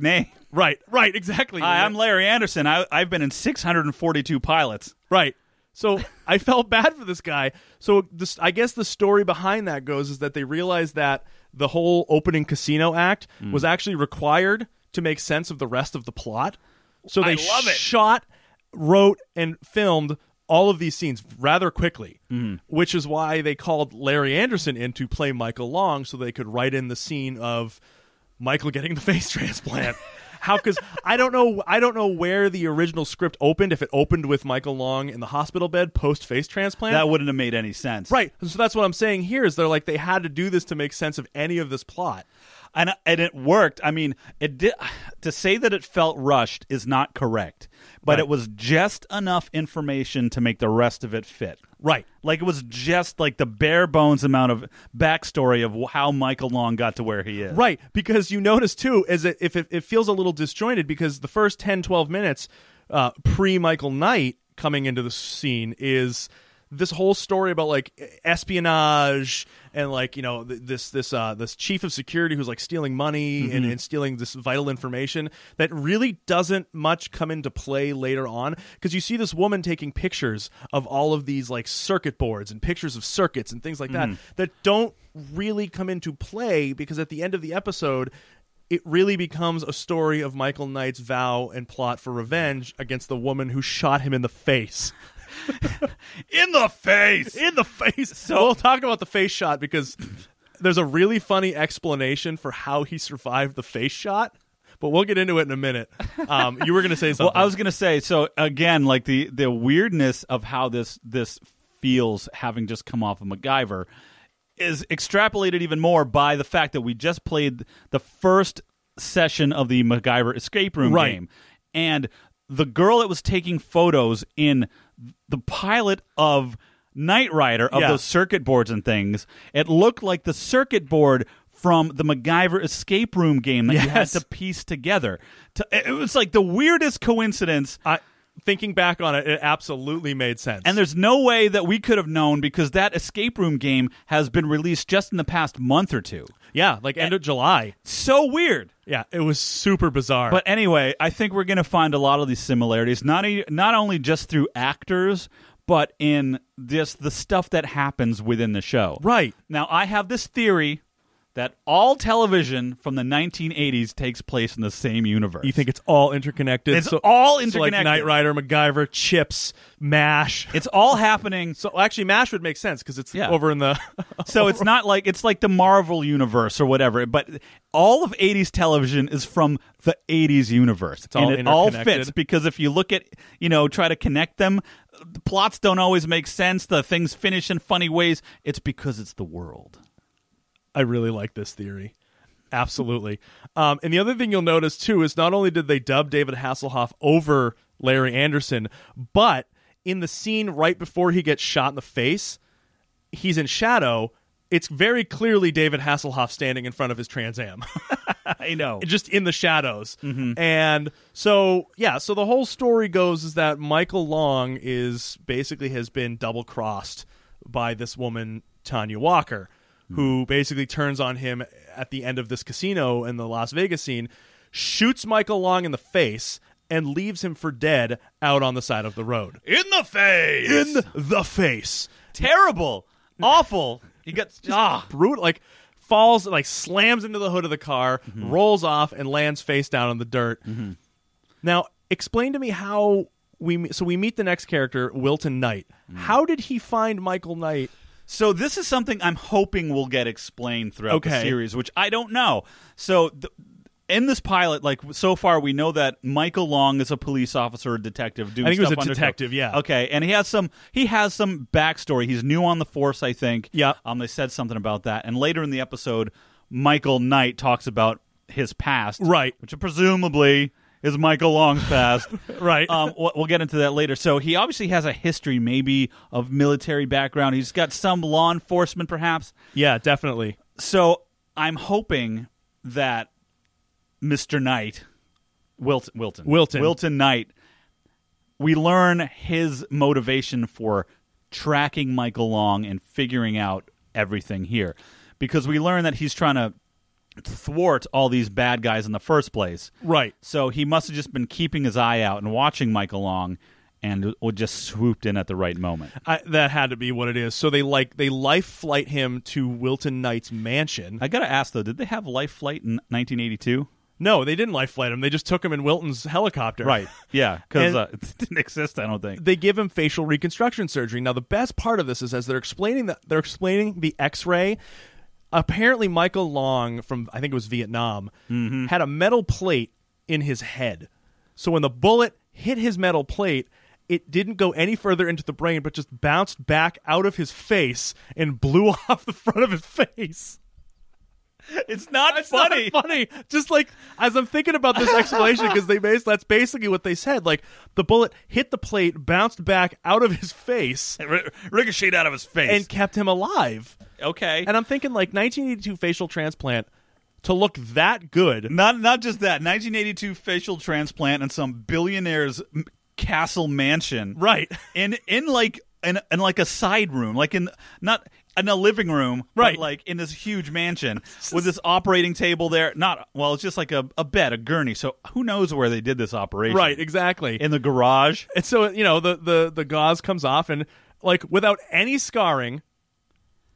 D: *laughs*
E: name.
D: Right, right, exactly.
E: Hi, I'm Larry Anderson. I, I've been in 642 pilots.
D: Right. So I *laughs* felt bad for this guy. So this, I guess the story behind that goes is that they realized that the whole opening casino act
E: Hmm.
D: was actually required to make sense of the rest of the plot. So they
E: I love it.
D: shot, wrote, and filmed all of these scenes rather quickly,
E: Hmm.
D: which is why they called Larry Anderson in to play Michael Long so they could write in the scene of Michael getting the *laughs* face transplant. How? Because I don't know. I don't know where the original script opened. If it opened with Michael Long in the hospital bed post face transplant,
E: That wouldn't have made any sense.
D: right. So that's what I'm saying here is they're like they had to do this to make sense of any of this plot.
E: and and it worked. I mean, it did. To say that it felt rushed is not correct, but
D: Right.
E: it was just enough information to make the rest of it fit.
D: Right.
E: Like it was just like the bare bones amount of backstory of wh- how Michael Long got to where he is.
D: Right, because you notice too is that if it, it feels a little disjointed because the first 10 12 minutes uh, pre Michael Knight coming into the scene is this whole story about like espionage and like you know th- this this uh this chief of security who's like stealing money and, and stealing this vital information that really doesn't much come into play later on because you see this woman taking pictures of all of these like circuit boards and pictures of circuits and things like
E: Mm-hmm.
D: that that don't really come into play because at the end of the episode it really becomes a story of Michael Knight's vow and plot for revenge against the woman who shot him in the face.
E: in the face.
D: In the face. So we'll talk about the face shot because there's a really funny explanation for how he survived the face shot, but we'll get into it in a minute. Um, you were going to say something.
E: Well, I was gonna say so again, like the the weirdness of how this this feels having just come off of MacGyver is extrapolated even more by the fact that we just played the first session of the MacGyver escape room
D: Right.
E: game, and the girl that was taking photos in the pilot of Knight Rider of
D: Yeah.
E: those circuit boards and things, it looked like the circuit board. From the MacGyver escape room game that you had
D: Yes.
E: to piece together. To, it it was like the weirdest coincidence.
D: I- thinking back on it, it absolutely made sense.
E: And there's no way that we could have known because that escape room game has been released just in the past month or two.
D: yeah, like end of July.
E: So weird.
D: Yeah, it was super bizarre.
E: But anyway, I think we're going to find a lot of these similarities, not, e- not only just through actors, but in just the stuff that happens within the show.
D: right.
E: Now, I have this theory that all television from the 1980s takes place in the same universe.
D: You think it's all interconnected?
E: It's all
D: So like
E: interconnected.
D: Knight Rider, MacGyver, Chips, Mash.
E: it's all
D: *laughs*
E: happening
D: So actually, Mash would make sense because it's
E: Yeah.
D: over in the.
E: So it's not like it's like the Marvel universe or whatever, but all of 80s television is from the 80s universe. It's
D: all
E: and it all
D: interconnected.
E: fits because if you look at, you know, try to connect them, the plots don't always make sense, the
D: *laughs*
E: things finish in funny ways. It's because it's the world.
D: I really like this theory. Absolutely. Um, and the other thing you'll notice too is not only did they dub David Hasselhoff over Larry Anderson, but in the scene right before he gets shot in the face, he's in shadow. It's very clearly David Hasselhoff standing in front of his Trans Am,
E: I know.
D: just in the shadows.
E: Mm-hmm.
D: And so, yeah, so the whole story goes is that Michael Long is basically has been double crossed by this woman, Tanya Walker,
E: Hmm.
D: who basically turns on him at the end of this casino in the Las Vegas scene, shoots Michael Long in the face, and leaves him for dead out on the side of the road.
E: In
D: *laughs*
E: the face.
D: In the face.
E: Terrible.
D: *laughs*
E: Awful. He got ah.
D: brutal like falls like slams into the hood of the car
E: Mm-hmm.
D: rolls off and lands face down on the dirt now explain to me how we me- so we meet the next character wilton knight
E: Mm.
D: how did he find michael knight
E: So this is something I'm hoping will get explained throughout the
D: Okay.
E: series, which I don't know. So th- in this pilot, like so far, we know that Michael Long is a police officer, a detective. Doing
D: I think he was
E: stuff
D: a
E: undercover.
D: detective, yeah.
E: Okay, and he has some he has some backstory. He's new on the force, I think.
D: Yeah.
E: Um, they said something about that, and later in the episode, Michael Knight talks about his past,
D: Right.
E: Which presumably is Michael Long's past,
D: *laughs* Right.
E: Um, we'll, we'll get into that later. So he obviously has a history, maybe of military background. He's got some law enforcement, perhaps.
D: yeah definitely
E: So I'm hoping that Mr. Knight, Wilton, Wilton,
D: Wilton.
E: Wilton Knight, we learn his motivation for tracking Michael Long and figuring out everything here, because we learn that he's trying to thwart all these bad guys in the first place.
D: right
E: So he must have just been keeping his eye out and watching Michael Long, and w- w- just swooped in at the right moment.
D: I, that had to be what it is so they like they life flight him to wilton knight's mansion
E: I gotta ask though, did they have life flight in 1982?
D: no they didn't life flight him they just took him in wilton's helicopter
E: Right. Yeah,
D: And-
E: because uh, *laughs* it didn't exist. I don't think.
D: they give him facial reconstruction surgery. Now the best part of this is as they're explaining the, they're explaining the X-ray. Apparently, Michael Long from I think it was Vietnam had a metal plate in his head. So when the bullet hit his metal plate, it didn't go any further into the brain, but just bounced back out of his face and blew *laughs* off the front of his face.
E: It's not
D: It's not funny. Just like as I'm thinking about this explanation, because they base that's basically what they said. Like the bullet hit the plate, bounced back out of his face,
E: ricocheted out of his face.
D: and kept him alive.
E: okay.
D: And I'm thinking like 1982 facial transplant to look that good.
E: not not just that. 1982 facial transplant and some billionaire's m- castle mansion.
D: Right. *laughs*
E: In in like in, in like a side room, like in not in a living room, but,
D: Right.
E: like in this
D: *laughs*
E: huge mansion with this operating table there. Not well, it's just like a, a bed, a gurney. So who knows where they did this operation?
D: Right, exactly.
E: In the garage.
D: And so you know the the the gauze comes off and like without any scarring,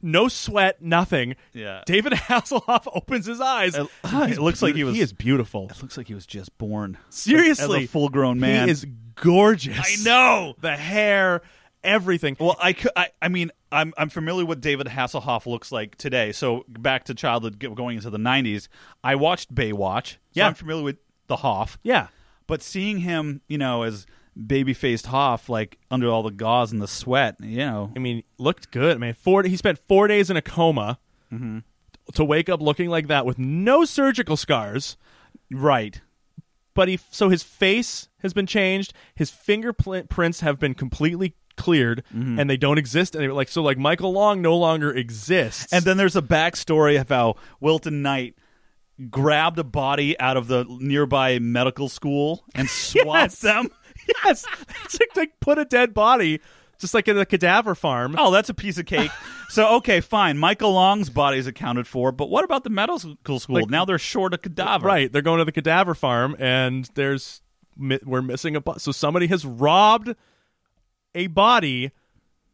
D: no sweat, nothing.
E: Yeah.
D: David *laughs* Hasselhoff opens his eyes.
E: It-
D: *laughs* He's
E: it looks like he was-
D: He is beautiful.
E: It looks like he was just born.
D: Seriously,
E: as a full grown man.
D: he is gorgeous.
E: I know.
D: the hair, everything.
E: Well, I, cou- I, I mean, I'm, I'm familiar with David Hasselhoff looks like today. So back to childhood, g- going into the 90s, I watched Baywatch. So
D: Yeah.
E: I'm familiar with the Hoff.
D: yeah,
E: But seeing him, you know, as baby faced Hoff, like under all the gauze and the sweat, you know.
D: I mean, looked good. I mean, four. He spent four days in a coma Mm-hmm. to wake up looking like that with no surgical scars.
E: Right.
D: But he, so his face has been changed. His fingerprints have been completely cleared, and they don't exist. And like so, like Michael Long no longer exists.
E: And then there's a backstory of how Wilton Knight grabbed a body out of the nearby medical school
D: *laughs*
E: and swapped
D: Yes.
E: them.
D: *laughs* *laughs* yes, it's like, like put a dead body just like in a cadaver farm.
E: Oh, that's a piece of cake. so okay, fine. Michael Long's body is accounted for, but what about the medical school?
D: Like-
E: now they're short a cadaver.
D: Right, they're going to the cadaver farm, and there's mi- we're missing a bu- so somebody has robbed a body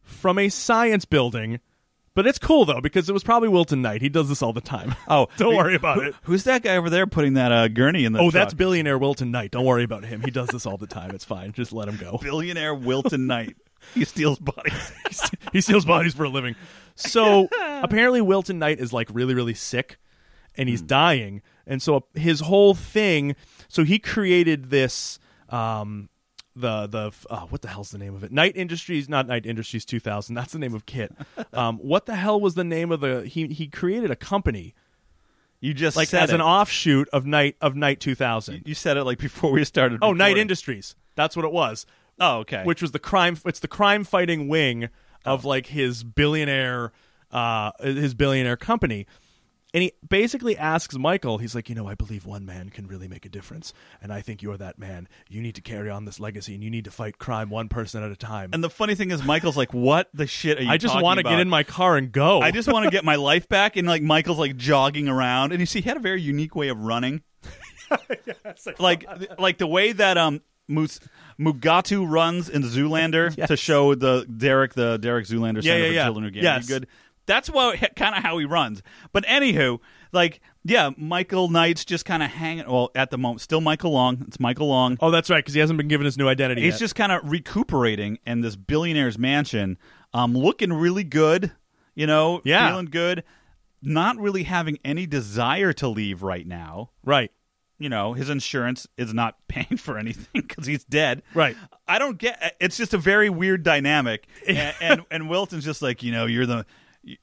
D: from a science building. But it's cool though because it was probably Wilton Knight. He does this all the *laughs* time.
E: Oh,
D: don't
E: who-
D: worry about it.
E: Who's that guy over there putting that uh, gurney in
D: *laughs*
E: the?
D: Oh, that's
E: truck?
D: billionaire Wilton Knight. Don't worry about him. He does this all the time. It's fine. Just let him go. *laughs*
E: billionaire Wilton Knight. He steals bodies.
D: he steals bodies for a living. So apparently, Wilton Knight is like really, really sick, and he's dying. And so uh, his whole thing, so he created this, um, the the oh, what the hell's the name of it? Knight Industries, not Knight Industries 2000. That's the name of Kit. Um, what the hell was the name of the? He he created a company
E: You just
D: like
E: said
D: as an
E: it.
D: offshoot of Night of Night 2000.
E: You said it like before we started.
D: oh, Night
E: recording.
D: Industries. That's what it was.
E: Oh, okay. Oh.
D: Which was the crime it's the crime fighting wing of like his billionaire uh his billionaire company. And he basically asks Michael, he's like, you know, I believe one man can really make a difference, and I think you're that man. You need to carry on this legacy and you need to fight crime one person at a time.
E: and the funny thing is, Michael's like, "What the shit are you?"
D: I just
E: want
D: want to get in my car and go.
E: I just want to get my life back. And like Michael's like jogging around, and you see he had a very unique way of running. like like the way that um Mus- Mugatu runs in
D: *laughs*
E: Zoolander to show the Derek the Derek Zoolander
D: Yeah,
E: Center
D: yeah,
E: for
D: yeah.
E: Children Who Can't
D: Yes.
E: Read Good. That's what kind of how he runs. But anywho, like yeah, Michael Knight's just kind of hanging. Well, at the moment, still Michael Long. It's Michael Long.
D: Oh, that's right, because he hasn't been given his new identity.
E: He's
D: yet.
E: just kind of recuperating in this billionaire's mansion, um, looking really good, you know,
D: Yeah.
E: feeling good, not really having any desire to leave right now.
D: right.
E: You know, his insurance is not *laughs* paying for anything because he's dead.
D: Right.
E: I don't get. uh, It's just a very
D: *laughs*
E: weird dynamic, and, and and Wilton's just like, you know, you're the,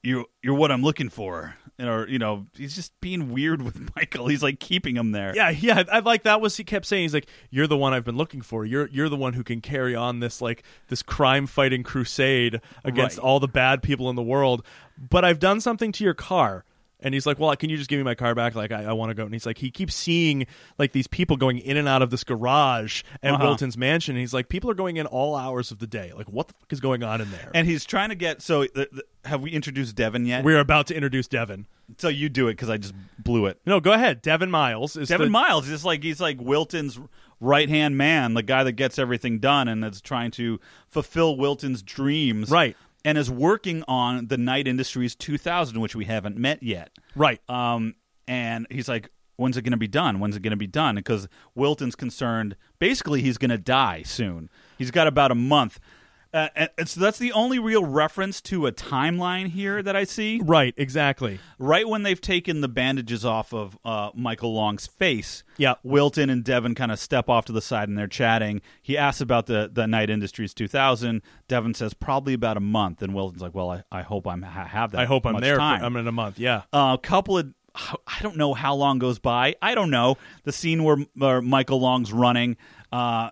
E: you you're what I'm looking for, and or you know, he's just being weird *laughs* with Michael. He's like keeping him there.
D: Yeah, yeah. I like that was he kept saying he's like, You're the one I've been looking for. You're you're the one who can carry on this like this crime fighting crusade against
E: Right.
D: all the bad people in the world. But I've done something to your car. And he's like, Well, can you just give me my car back? Like I, I want to go. And he's like, he keeps seeing like these people going in and out of this garage at
E: Uh-huh.
D: Wilton's mansion. And he's like, People are going in all hours of the day. Like, what the fuck is going on in there?
E: And he's trying to get. So, the, the, have we introduced Devin yet?
D: we are about to introduce Devin.
E: So you do it because I just blew it.
D: No, go ahead. Devin Miles is
E: Devin
D: the-
E: Miles is like he's like Wilton's right hand man, the guy that gets everything done and is trying to fulfill Wilton's dreams,
D: Right.
E: And is working on the Night Industries 2000, which we haven't met yet,
D: Right.
E: Um, and he's like, "When's it going to be done? When's it going to be done?" Because Wilton's concerned. Basically, he's going to die soon. He's got about a month. Uh, and and so that's the only real reference to a timeline here that I see
D: Right, exactly.
E: right when they've taken the bandages off of uh, Michael Long's face,
D: Yeah.
E: Wilton and Devin kind of step off to the side and they're chatting. He asks about the, the Night Industries 2000. Devin says probably about a month, and Wilton's like, "Well, I, I hope I'm I have that.
D: I hope I'm
E: much
D: there. For,
E: Time. Uh,
D: I'm in a month. Yeah.
E: a couple of I don't know how long goes by. I don't know the scene where, where Michael Long's running uh,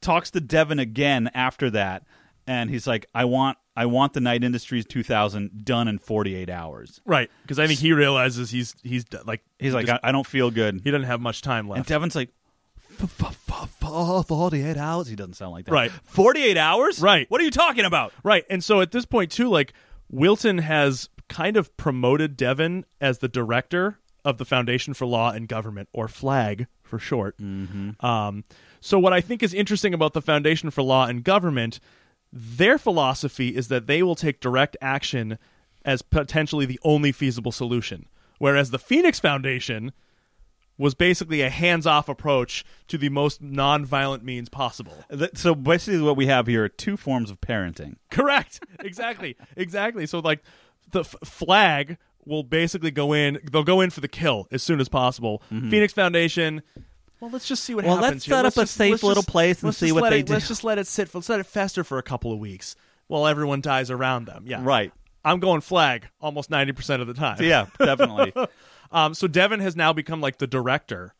E: talks to Devin again after that, and he's like, "I want." I want the Night Industries 2000 done in 48 hours.
D: Right, because I think he realizes he's he's d- like
E: He's like,
D: just-
E: I, I don't feel good.
D: he doesn't have much time
E: And
D: left.
E: Devin's like, "F- f- f- f- 48 hours? He doesn't sound like that.
D: Right.
E: 48 hours?
D: Right.
E: What are you talking about?
D: right, and so at this point too, like Wilton has kind of promoted Devin as the director of the Foundation for Law and Government, or FLAG for short.
E: Mm-hmm.
D: Um, so what I think is interesting about the Foundation for Law and Government, their philosophy is that they will take direct action as potentially the only feasible solution, whereas the Phoenix Foundation was basically a hands-off approach to the most non-violent means possible.
E: Th- So basically, what we have here are two forms
D: *laughs*
E: of parenting.
D: Correct. Exactly. exactly. So like the f- flag will basically go in. They'll go in for the kill as soon as possible. Phoenix Foundation. Well, let's just see what
E: Mm-hmm. Well,
D: happens.
E: let's
D: here.
E: set up a
D: just-
E: safe
D: let's
E: little
D: just-
E: place and
D: let's
E: see
D: just
E: what
D: let
E: they
D: it-
E: do.
D: Let's just let it sit. Let's let it fester for a couple of weeks while everyone dies around them. Yeah.
E: Right.
D: I'm going flag almost ninety percent of the time.
E: Yeah, definitely.
D: Um, so Devin has now become like the director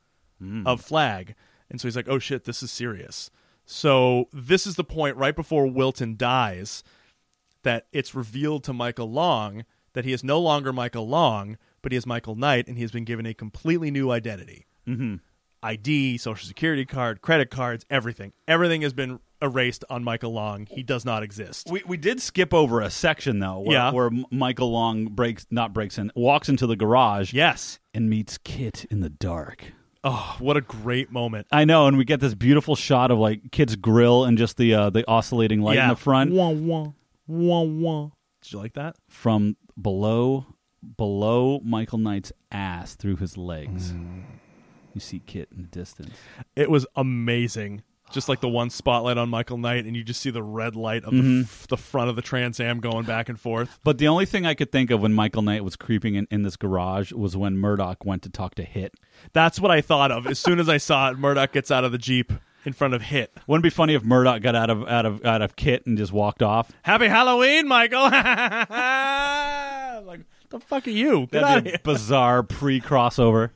D: of Flag, and so he's like, "Oh shit, this is serious." So this is the point right before Wilton dies that it's revealed to Michael Long that he is no longer Michael Long, but he is Michael Knight, and he has been given a completely new identity. Mm-hmm. ID, social security card, credit cards, everything. Everything has been erased on Michael Long. He does not exist.
E: we, we did skip over a section, though, where,
D: Yeah.
E: where M- Michael Long breaks, not breaks in, walks into the garage
D: yes.
E: and meets Kit in the dark.
D: Oh, what a great moment.
E: I know, and we get this beautiful shot of like Kit's grill and just the uh, the oscillating light in
D: Yeah.
E: the front.
D: Wah, wah, wah, wah. Did you like that?
E: from below below Michael Knight's ass through his legs. You see Kit in the distance.
D: It was amazing. Just like the one spotlight on Michael Knight, and you just see the red light of
E: Mm-hmm.
D: the, f- the front of the Trans Am going back and forth.
E: But the only thing I could think of when Michael Knight was creeping in, in this garage was when Murdoch went to talk to Hit.
D: That's what I thought of as soon as I saw it. Murdoch gets out of the jeep in front of Hit.
E: Wouldn't it be funny if Murdoch got out of out of out of Kit and just walked off?
D: Happy Halloween, Michael! *laughs* like, what the the fuck are you? Get out
E: That'd
D: of
E: be
D: here.
E: a *laughs* bizarre pre-crossover.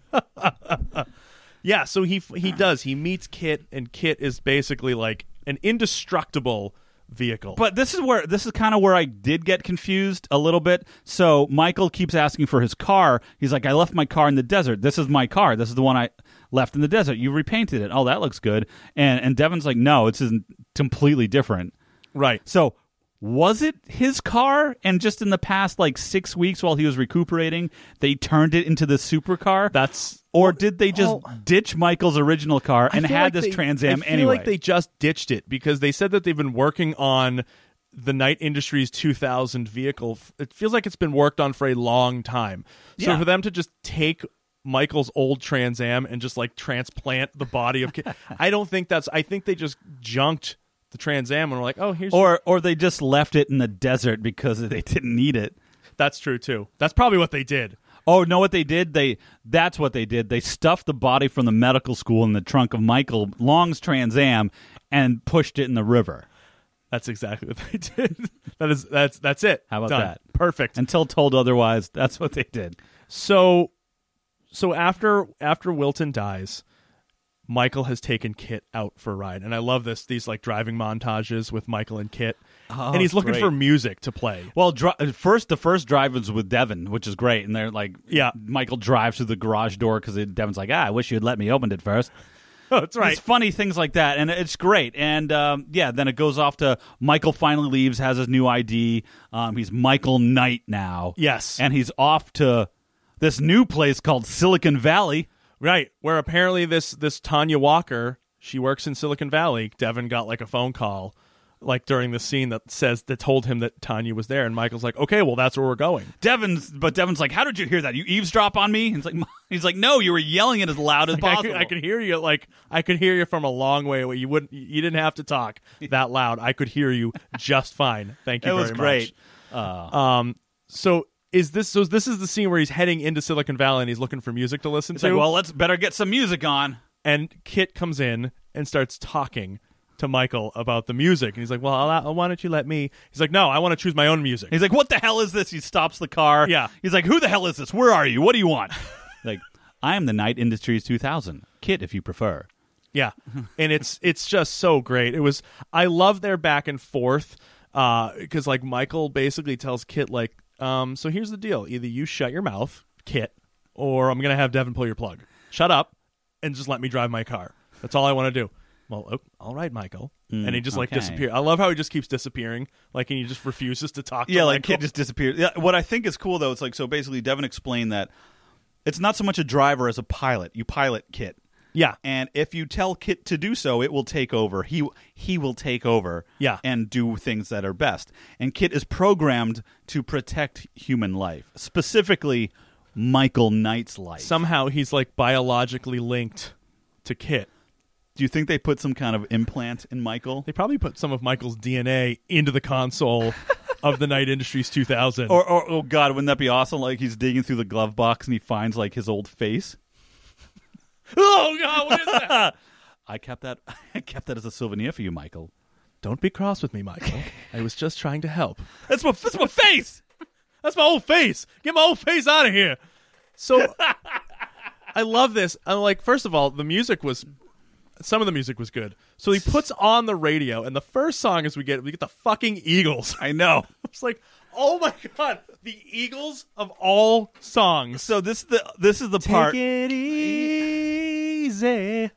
D: Yeah, so he f- he does. He meets Kit, and Kit is basically like an indestructible vehicle.
E: But this is where this is kind of where I did get confused a little bit. So Michael keeps asking for his car. He's like, "I left my car in the desert. This is my car. This is the one I left in the desert. You repainted it. Oh, that looks good." And and Devin's like, "No, it's isn't completely different."
D: right,
E: So was it his car? And just in the past like six weeks while he was recuperating, they turned it into the supercar.
D: that's
E: or did they just
D: well-
E: ditch Michael's original car
D: I
E: and
D: feel
E: had
D: like
E: this
D: they-
E: Trans Am
D: I feel
E: anyway?
D: Like they just ditched it because they said that they've been working on the Knight Industries 2000 vehicle. It feels like it's been worked on for a long time. So
E: Yeah.
D: for them to just take Michael's old Trans Am and just like transplant the body
E: *laughs*
D: of Kit, I don't think that's. I think they just junked the Trans Am and were like, oh, here's
E: or or they just left it in the desert because *laughs* they didn't need it.
D: that's true too. That's probably what they did.
E: Oh, know what they did? They that's what they did. They stuffed the body from the medical school in the trunk of Michael Long's Trans Am and pushed it in the river
D: That's exactly what they *laughs* did. that is that's that's it.
E: How about
D: Done.
E: that?
D: Perfect.
E: until told otherwise. That's what they did.
D: So, so after after Wilton dies, Michael has taken Kit out for a ride, and I love this. These like driving montages with Michael and Kit, and he's looking
E: Oh, great.
D: for music to play.
E: Well, dri- first the first drive was with Devin, which is great, and they're like, *laughs*
D: Yeah.
E: Michael drives through the garage door because Devin's like, ah, I wish you'd let me open it first.
D: Oh, that's right.
E: It's funny things like that, and it's great. And um, yeah, then it goes off to Michael finally leaves, has his new ID. Um, he's Michael Knight now.
D: Yes.
E: and he's off to this new place called Silicon Valley.
D: Right, where apparently this this Tanya Walker, she works in Silicon Valley. Devin got like a phone call, like during the scene that says that told him that Tanya was there, and Michael's like, okay, well that's where we're going.
E: Devin's, but Devin's like, "How did you hear that? You eavesdrop on me?" And He's like, *laughs* "He's like, no, you were yelling it as loud as
D: Like, I
E: possible."
D: could, I could hear you like I could hear you from a long way away. You wouldn't you didn't have to talk
E: *laughs*
D: that loud. I could hear you just fine. Thank you
E: It
D: very
E: was great.
D: much. Um so is this so this is the scene where he's heading into Silicon Valley and he's looking for music to listen
E: It's
D: to
E: like, well, let's better get some music on.
D: and Kit comes in and starts talking to Michael about the music and he's like, "Well, I'll, why don't you let me?" He's like, "No, I want to choose my own music."
E: He's like, "What the hell is this?" He stops the car.
D: Yeah.
E: He's like, "Who the hell is this? Where are you? What do you want?" *laughs* like, I am the Knight Industries 2000 kit, if you prefer.
D: Yeah,
E: Mm-hmm.
D: and it's it's just so great. It was I love their back and forth because like Michael basically tells Kit like, um, so here's the deal: either you shut your mouth, Kit, or I'm gonna have Devin pull your plug. Shut up and just let me drive my car. That's all I want to do. Well, o- all right, Michael. and he just like
E: Mm, okay.
D: disappear. I love how he just keeps disappearing. Like, and he just refuses to talk.
E: Yeah,
D: to
E: like
D: Michael.
E: kid just disappeared. Yeah, what I think is cool though, it's like so basically Devin explained that it's not so much a driver as a pilot. You pilot Kit,
D: yeah,
E: and if you tell Kit to do so, it will take over. He he will take over.
D: Yeah.
E: and do things that are best. And Kit is programmed to protect human life, specifically Michael Knight's life.
D: somehow he's like biologically linked to Kit.
E: Do you think they put some kind of implant in Michael?
D: They probably put some of Michael's DNA into the console of the Night Industries 2000.
E: Or, or oh god, wouldn't that be awesome? Like he's digging through the glove box and he finds like his old face.
D: *laughs* oh God, what is that?
E: I kept that. *laughs* I kept that as a souvenir for you, Michael.
D: Don't be cross with me, Michael. I was just trying to help.
E: That's my that's my face.
D: That's my old face. Get my old face out of here. So *laughs* I love this. I'm like, first of all, the music was some of the music was good. So he puts on the radio, and the first song as we get we get the fucking Eagles. *laughs*
E: I know.
D: It's like, oh my god, the Eagles of all songs. *laughs*
E: So this the this is the part.
D: it easy.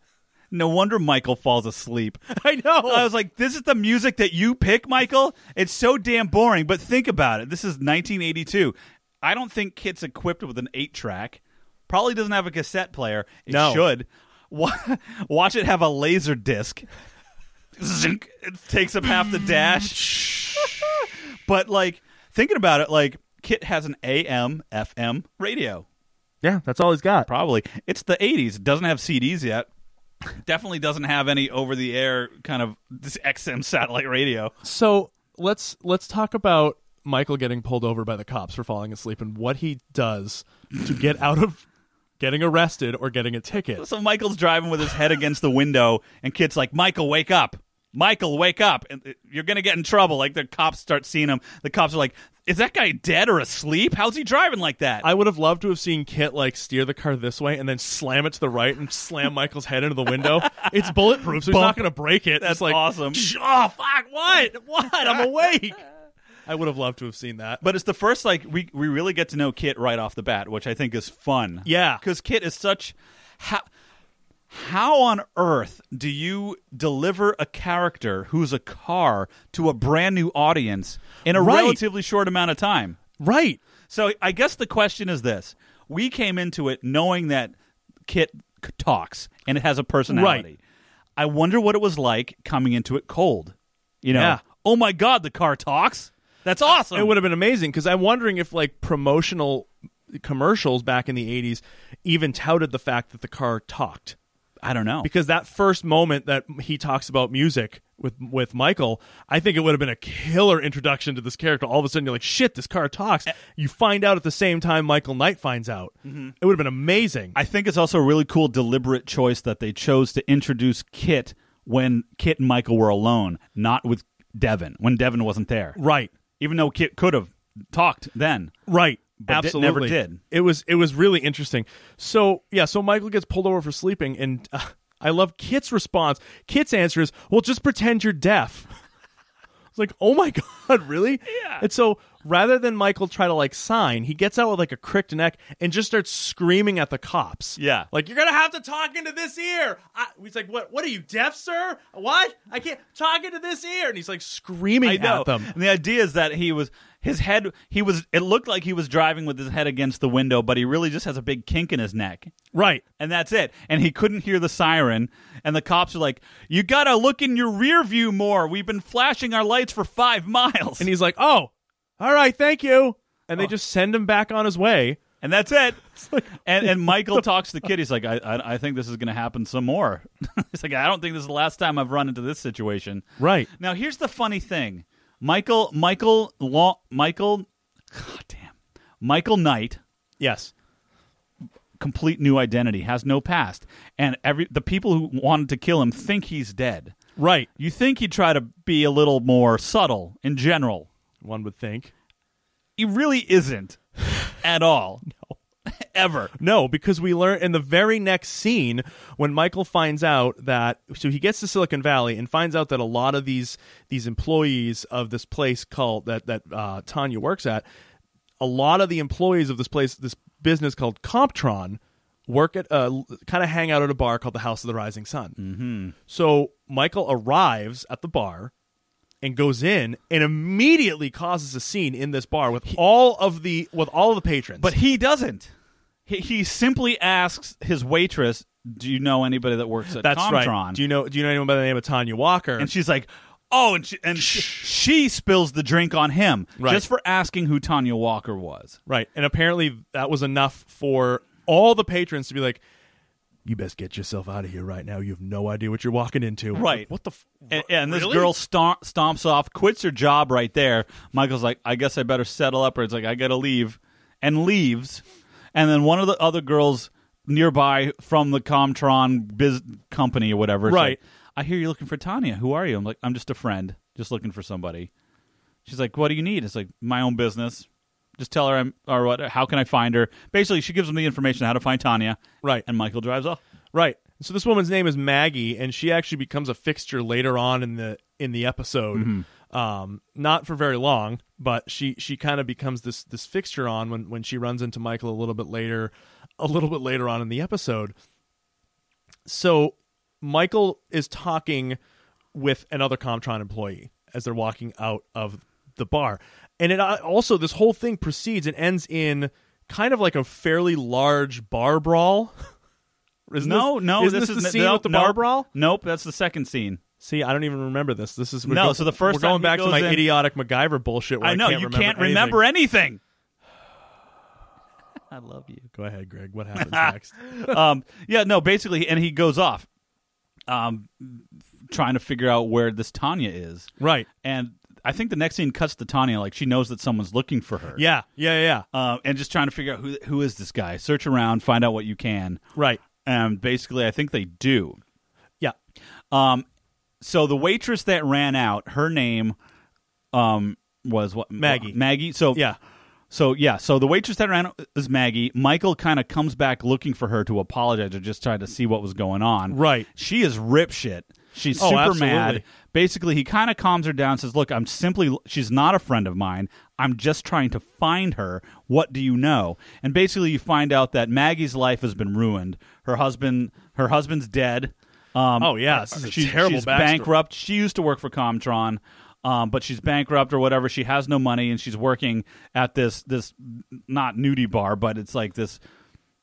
E: No wonder Michael falls asleep.
D: I know.
E: I was like, this is the music that you pick, Michael. It's so damn boring. But think about it. This is 1982. I don't think Kit's equipped with an eight track. Probably doesn't have a cassette player. It
D: No.
E: should. Wa- *laughs* Watch it have a laser disc. Zink. It takes up half the dash. but like thinking about it, like Kit has an AM FM radio.
D: yeah, that's all he's got.
E: Probably. It's the 80s. It doesn't have CDs yet. Definitely doesn't have any over the air kind of this XM satellite radio.
D: So let's let's talk about Michael getting pulled over by the cops for falling asleep and what he does to get out of getting arrested or getting a ticket.
E: So Michael's driving with his head against the window, and Kit's like, Michael, wake up. Michael, wake up. And uh, you're going to get in trouble. Like the cops start seeing him. The cops are like, is that guy dead or asleep? How's he driving like that?
D: I would have loved to have seen Kit like steer the car this way and then slam it to the right and slam Michael's head into the window. It's bulletproof, so he's not
E: Bump.
D: going to break it. That's like
E: awesome.
D: Oh fuck! What? What? I'm awake. I would have loved to have seen that.
E: But it's the first like we we really get to know Kit right off the bat, which I think is fun.
D: Yeah.
E: because Kit is such how how on earth do you deliver a character who's a car to a brand new audience in a
D: Right.
E: relatively short amount of time?
D: right.
E: So I guess the question is this: We came into it knowing that Kit c- talks and it has a personality.
D: Right.
E: I wonder what it was like coming into it cold. You know,
D: Yeah.
E: oh my god, the car talks. That's awesome.
D: It would have been amazing because I'm wondering if like promotional commercials back in the 80s even touted the fact that the car talked
E: I don't know.
D: because that first moment that he talks about music with with Michael, I think it would have been a killer introduction to this character. All of a sudden, you're like, shit, this car talks.
E: Eh.
D: You find out at the same time Michael Knight finds out. It would have been amazing.
E: Mm-hmm. I think it's also a really cool deliberate choice that they chose to introduce Kit when Kit and Michael were alone, not with Devin, when Devin wasn't there.
D: right,
E: Even though Kit could have talked then.
D: right,
E: But it
D: absolutely.
E: never did.
D: It was it was really interesting. So yeah, so Michael gets pulled over for sleeping, and *laughs* uh, I love Kit's response. Kit's answer is, "Well, just pretend you're deaf." *laughs* It's like, oh my *laughs* god, really? Yeah. And so rather than Michael try to like sign, he gets out with like a cricked neck and just starts screaming at the cops.
E: Yeah.
D: Like, you're gonna have to talk into this ear. I, he's like, What what are you, deaf, sir? What? I can't talk into this ear. And he's like screaming
E: I know.
D: at them.
E: And the idea is that he was his head he was it looked like he was driving with his head against the window, but he really just has a big kink in his neck.
D: Right.
E: And that's it. And he couldn't hear the siren. And the cops are like, You gotta look in your rear view more. We've been flashing our lights for five miles.
D: And he's like, Oh, all right, thank you. And they just send him back on his way.
E: and that's it. and and Michael talks to the kid. He's like, I I, I think this is going to happen some more. *laughs* he's like, I don't think this is the last time I've run into this situation.
D: Right.
E: Now here's the funny thing, Michael Michael Law Michael, God damn, Michael Knight,
D: Yes.
E: complete new identity, has no past, and every the people who wanted to kill him think he's dead.
D: Right.
E: You think he'd try to be a little more subtle in general,
D: One would think.
E: he really isn't at all. no. *laughs* Ever.
D: No, because we learn in the very next scene when Michael finds out that so he gets to Silicon Valley and finds out that a lot of these these employees of this place called that that uh, Tanya works at, a lot of the employees of this place this business called Comptron work at uh, kind of hang out at a bar called the House of the Rising Sun. Mm-hmm. So Michael arrives at the bar and goes in and immediately causes a scene in this bar with all of the with all of the patrons.
E: But he doesn't. He, he simply asks his waitress, "Do you know anybody that works at
D: That's
E: Comtron?"
D: right. Do you know Do you know anyone by the name of Tanya Walker?
E: and she's like, "Oh," and she, and she, she spills the drink on him
D: Right.
E: just for asking who Tanya Walker was.
D: right. And apparently that was enough for all the patrons to be like, "You best get yourself out of here right now. You have no idea what you're walking into."
E: Right.
D: What the? F-
E: And, and this
D: Really?
E: girl stomp, stomps off, quits her job right there. Michael's like, "I guess I better settle up," or it's like, "I gotta leave," and leaves. And then one of the other girls nearby from the Comtron biz company or whatever, it's
D: Right.
E: like, I hear you're looking for Tanya. Who are you? I'm like, I'm just a friend, just looking for somebody. She's like, "What do you need?" It's like my own business. Just tell her I'm or what? How can I find her? Basically, she gives him the information how to find Tanya.
D: Right.
E: And Michael drives off.
D: Right. So this woman's name is Maggie, and she actually becomes a fixture later on in the in the episode.
E: Mm-hmm.
D: Um, not for very long, but she she kind of becomes this this fixture on when when she runs into Michael a little bit later, a little bit later on in the episode. So Michael is talking with another Comtron employee as they're walking out of the bar. And it uh, also this whole thing proceeds and ends in kind of like a fairly large bar brawl. *laughs* Isn't
E: no,
D: this-
E: no,
D: isn't
E: this,
D: this
E: is
D: the scene
E: no,
D: with the
E: no,
D: bar brawl?
E: Nope, that's the second scene.
D: See, I don't even remember this. This is we're
E: No,
D: go-
E: so the first
D: we're
E: time
D: going
E: he
D: back to
E: goes
D: my
E: in-
D: idiotic MacGyver bullshit. Where I,
E: I know
D: can't
E: you
D: remember
E: can't
D: anything.
E: remember anything. I love you.
D: Go ahead, Greg.
E: *laughs*
D: What happens next?
E: um, yeah, no, basically, and he goes off, um, trying to figure out where this Tanya is,
D: right.
E: and I think the next scene cuts to Tanya like she knows that someone's looking for her.
D: Yeah. Yeah. Yeah.
E: uh, and just trying to figure out who who is this guy. Search around, find out what you can.
D: Right.
E: And basically, I think they do.
D: Yeah.
E: Um, so the waitress that ran out, her name um was what
D: Maggie.
E: Maggie. So
D: Yeah.
E: So yeah, so the waitress that ran out is Maggie. Michael kind of comes back looking for her to apologize or just try to see what was going on.
D: Right.
E: She is rip shit. She's
D: Oh,
E: super mad.
D: absolutely.
E: Basically, he kind of calms her down. Says, "Look, I'm simply she's not a friend of mine. I'm just trying to find her. What do you know?" And basically, you find out that Maggie's life has been ruined. Her husband, her husband's dead. Um,
D: Oh, yeah, this is a
E: she-
D: terrible
E: She's
D: backstory.
E: bankrupt. She used to work for Comtron, um, but she's bankrupt or whatever. She has no money, and she's working at this this not nudie bar, but it's like this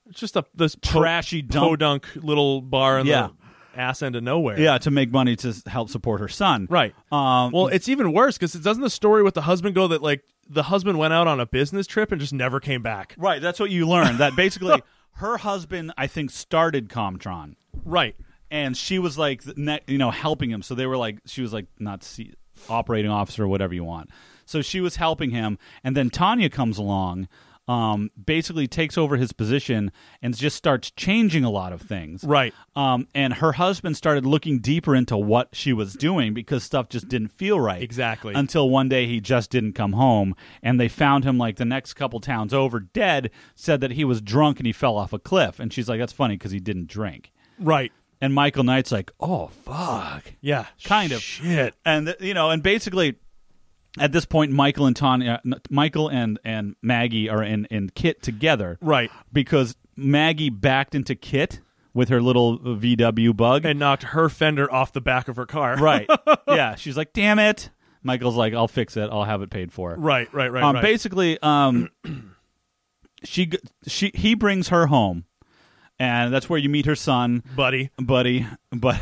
D: It's just a this po-
E: Trashy dump.
D: podunk little bar in
E: Yeah.
D: the ass end of nowhere.
E: yeah to make money to s- help support her son.
D: Right.
E: Um,
D: well, it's even worse because it doesn't the story with the husband go that like the husband went out on a business trip and just never came back.
E: Right, that's what you learn.
D: *laughs*
E: That basically her husband, I think, started Comtron,
D: Right.
E: and she was like, the ne- you know, helping him. So they were like, she was like, not C- operating officer, whatever you want. So she was helping him, and then Tanya comes along, um, basically takes over his position and just starts changing a lot of things.
D: Right.
E: Um, and her husband started looking deeper into what she was doing because stuff just didn't feel right.
D: Exactly.
E: Until one day he just didn't come home, and they found him like the next couple towns over, dead. Said that he was drunk and he fell off a cliff. And she's like, "That's funny because he didn't drink."
D: Right.
E: And Michael Knight's like, "Oh fuck."
D: Yeah.
E: Kind of.
D: Shit.
E: And th- you know, and basically, at this point, Michael and Tanya, n- Michael and and Maggie are in in Kit together,
D: Right.
E: Because Maggie backed into Kit with her little VW bug,
D: And knocked her fender off the back of her car.
E: *laughs* right? yeah, she's like, "Damn it!" Michael's like, "I'll fix it. I'll have it paid for."
D: *laughs* Right. Right. Right.
E: um,
D: right.
E: Basically, um, *clears throat* she g- she he brings her home, and that's where you meet her son,
D: buddy.
E: buddy, *laughs* but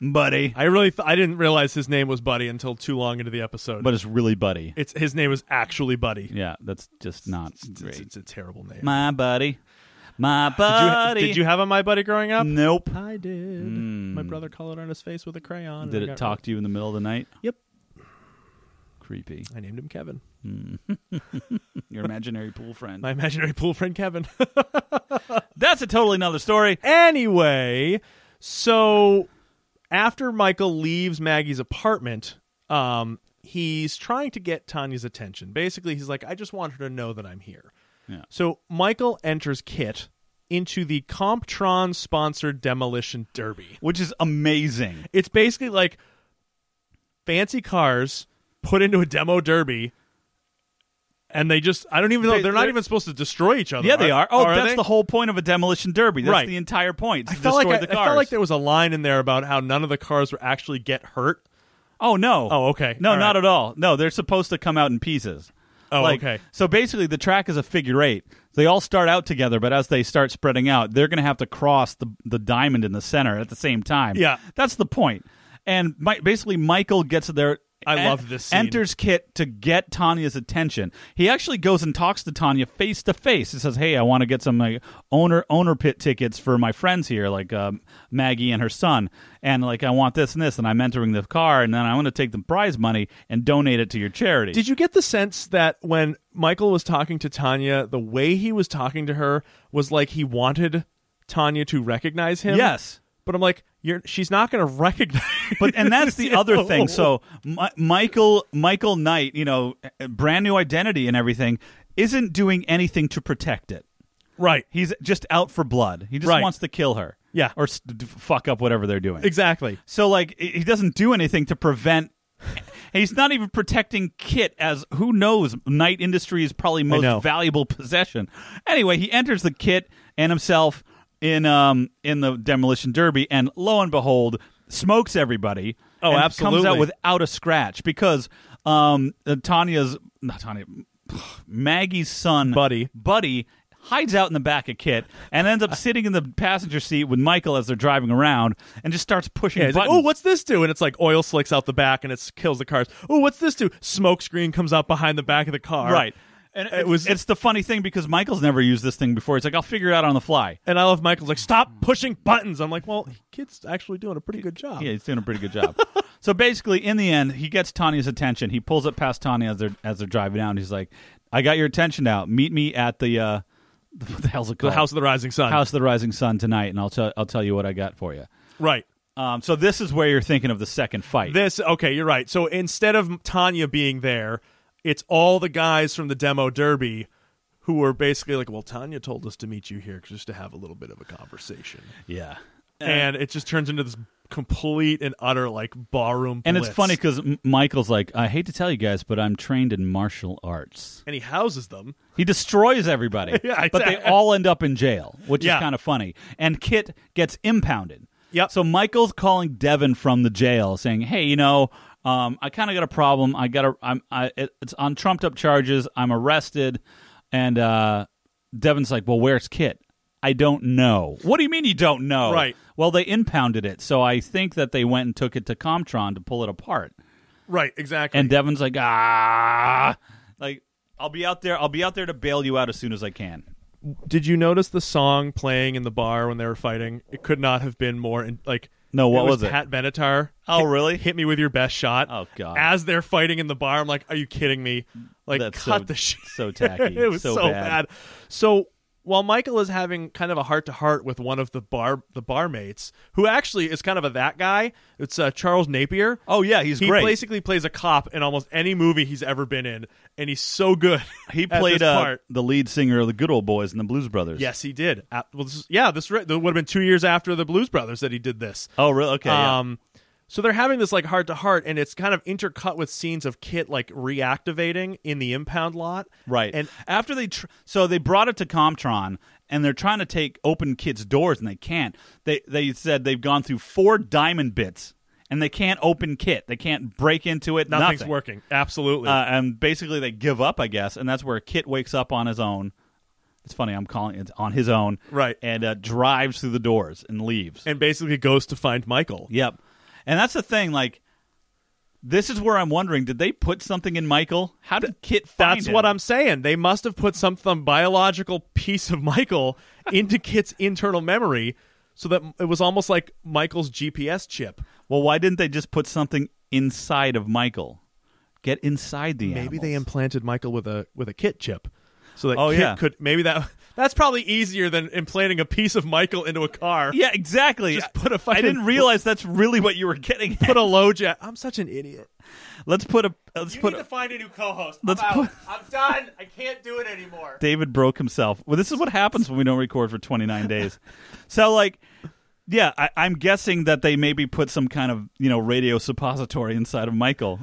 E: buddy,
D: I really th- I didn't realize his name was Buddy until too long into the episode.
E: but it's really buddy.
D: it's his name is actually Buddy.
E: Yeah, that's just not
D: It's,
E: great.
D: it's a terrible name.
E: My buddy. My
D: did, you,
E: buddy.
D: did you have a my buddy growing up?
E: Nope.
D: I did. My brother colored on his face with a crayon. and
E: Hmm. Did
D: I
E: it
D: got-
E: talk to you in the middle of the night?
D: Yep.
E: *laughs* Creepy.
D: I named him Kevin.
E: Your imaginary pool friend.
D: My imaginary pool friend Kevin. *laughs*
E: That's a totally another story.
D: anyway, so after Michael leaves Maggie's apartment, um, he's trying to get Tanya's attention. Basically, he's like, I just want her to know that I'm here.
E: Yeah.
D: So Michael enters Kit into the Comptron sponsored demolition derby.
E: Which is amazing.
D: It's basically like fancy cars put into a demo derby. And they just—I don't even know.
E: They-
D: They, are not
E: they're-
D: even supposed to destroy each other.
E: Yeah, they are. Oh, that's
D: they?
E: the whole point of a demolition derby. That's
D: Right.
E: the entire point.
D: I
E: to
D: felt like
E: destroy
D: I,
E: the
D: I
E: cars.
D: felt like there was a line in there about how none of the cars were actually get hurt.
E: Oh no.
D: Oh, okay.
E: No,
D: All
E: not
D: right.
E: at all. No, they're supposed to come out in pieces.
D: Oh,
E: Like,
D: okay.
E: So basically, the track is a figure eight. They all start out together, but as they start spreading out, they're going to have to cross the the diamond in the center at the same time.
D: Yeah.
E: that's the point. And Mi- basically, Michael gets there.
D: I
E: en-
D: love this scene.
E: Enters Kit to get Tanya's attention. He actually goes and talks to Tanya face to face. He says, "Hey, I want to get some like, owner owner pit tickets for my friends here, like um, Maggie and her son, and like I want this and this, and I'm entering the car, and then I want to take the prize money and donate it to your charity."
D: Did you get the sense that when Michael was talking to Tanya, the way he was talking to her was like he wanted Tanya to recognize him?
E: Yes.
D: But I'm like, you're she's not going to *laughs* recognize.
E: but
D: *laughs*
E: and that's the
D: you
E: other
D: know?
E: thing. So Mi- Michael Michael Knight, you know, a- a brand new identity and everything, isn't doing anything to protect it.
D: *laughs* right,
E: He's just out for blood. He just
D: Right.
E: wants to kill her.
D: Yeah.
E: or s- d- fuck up whatever they're doing.
D: exactly.
E: So like he he doesn't do anything to prevent. *laughs* He's not even protecting Kit, as who knows, Knight Industries' probably
D: know.
E: most valuable possession. Anyway, he enters the Kit and himself in um in the demolition derby, and lo and behold, smokes everybody.
D: Oh,
E: and Comes out
D: absolutely.
E: without a scratch because um uh, Tanya's not Tanya, Maggie's son
D: Buddy.
E: Buddy hides out in the back of Kit and
D: *laughs*
E: ends up sitting in the passenger seat with Michael as they're driving around and just starts pushing
D: Yeah, he's like,
E: buttons.
D: oh, what's this do? And it's like oil slicks out the back, and it kills the cars. Oh, what's this do? Smoke screen comes out behind the back of the car.
E: right? And it, was it's the funny thing because Michael's never used this thing before. He's like, I'll figure it out on the fly.
D: And I love Michael's like, stop pushing buttons. I'm like, well, kid's actually doing a pretty good job.
E: Yeah, he's doing a pretty
D: *laughs*
E: good job. so basically, in the end, he gets Tanya's attention. He pulls up past Tanya as they're as they're driving down. He's like, I got your attention now. Meet me at the uh, *laughs* what the hell's it
D: The
E: called?
D: House of the Rising Sun.
E: House of the Rising Sun tonight, and I'll tell I'll tell you what I got for you.
D: Right.
E: Um, so this is where you're thinking of the second fight.
D: This okay, you're right. So instead of Tanya being there, it's all the guys from the demo derby who were basically like, "Well, Tanya told us to meet you here just to have a little bit of a conversation,"
E: yeah.
D: and it just turns into this complete and utter like barroom.
E: And it's
D: blitz.
E: funny because Michael's like, I hate to tell you guys, but I'm trained in martial arts.
D: and he houses them.
E: He destroys everybody,
D: *laughs* Yeah,
E: but they
D: exactly.
E: all end up in jail, which
D: Yeah.
E: is kind of funny. And Kit gets impounded.
D: Yep.
E: So Michael's calling Devin from the jail, saying, "Hey, you know, um, I kind of got a problem. I got a, I'm, I, it, it's on trumped up charges. I'm arrested." And uh, Devin's like, "Well, where's Kit? I don't know. What do you mean you don't know?
D: Right.
E: Well, they impounded it, so I think that they went and took it to Comtron to pull it apart."
D: Right, exactly.
E: And Devin's like, ah, like I'll be out there. I'll be out there to bail you out as soon as I can.
D: did you notice the song playing in the bar when they were fighting? It could not have been more in, like
E: No, what
D: it was,
E: was it?
D: Pat Benatar.
E: Oh,
D: Hit-
E: really?
D: Hit me with your best shot.
E: Oh, God.
D: As they're fighting in the bar, I'm like, are you kidding me? Like
E: That's
D: cut
E: so-
D: the shit.
E: so
D: *laughs*
E: tacky,
D: it was
E: so
D: so, bad.
E: bad.
D: So while Michael is having kind of a heart to heart with one of the bar the barmates, who actually is kind of a that guy, it's uh, Charles Napier.
E: Oh yeah, he's
D: he
E: great.
D: basically plays a cop in almost any movie he's ever been in, and he's so good. *laughs*
E: he
D: at this
E: played uh,
D: part.
E: the lead singer of the Good Old Boys and the Blues Brothers.
D: Yes, he did. Uh, well, this is- yeah, this re- that would have been two years after the Blues Brothers that he did this.
E: Oh really? Okay. yeah.
D: Um, so they're having this like heart to heart, and it's kind of intercut with scenes of Kit like reactivating in the impound lot.
E: Right.
D: And
E: after they, tr- so they brought it to Comtron, and they're trying to take open kids' doors, and they can't. They they said they've gone through four diamond bits, and they can't open Kit. They can't break into it.
D: nothing's
E: nothing.
D: working. Absolutely.
E: Uh, and basically, they give up, I guess, and that's where Kit wakes up on his own. It's funny, I'm calling it on his own,
D: Right.
E: And uh, drives through the doors and leaves.
D: and basically goes to find Michael.
E: yep. And that's the thing, like. This is where I'm wondering: Did they put something in Michael? How did Kit find
D: That's
E: him?
D: what I'm saying. They must have put some some biological piece of Michael into Kit's internal memory, so that it was almost like Michael's GPS chip.
E: Well, why didn't they just put something inside of Michael? Get inside the
D: maybe they
E: animals.
D: implanted Michael with a with a kit chip, so that
E: Oh,
D: Kit
E: yeah.
D: could maybe that *laughs* that's probably easier than implanting a piece of Michael into a car.
E: yeah, exactly.
D: Just put a
E: I
D: fucking-
E: didn't realize that's really what you were getting. At.
D: Put a low jack. I'm such an idiot.
E: let's put a let's put a,
D: find a new co-host.
E: Let's out. put-
D: I'm done. I can't do it anymore.
E: David broke himself. Well, this is what happens when we don't record for 29 days. So, like, yeah, I, I'm guessing that they maybe put some kind of, you know, radio suppository inside of Michael.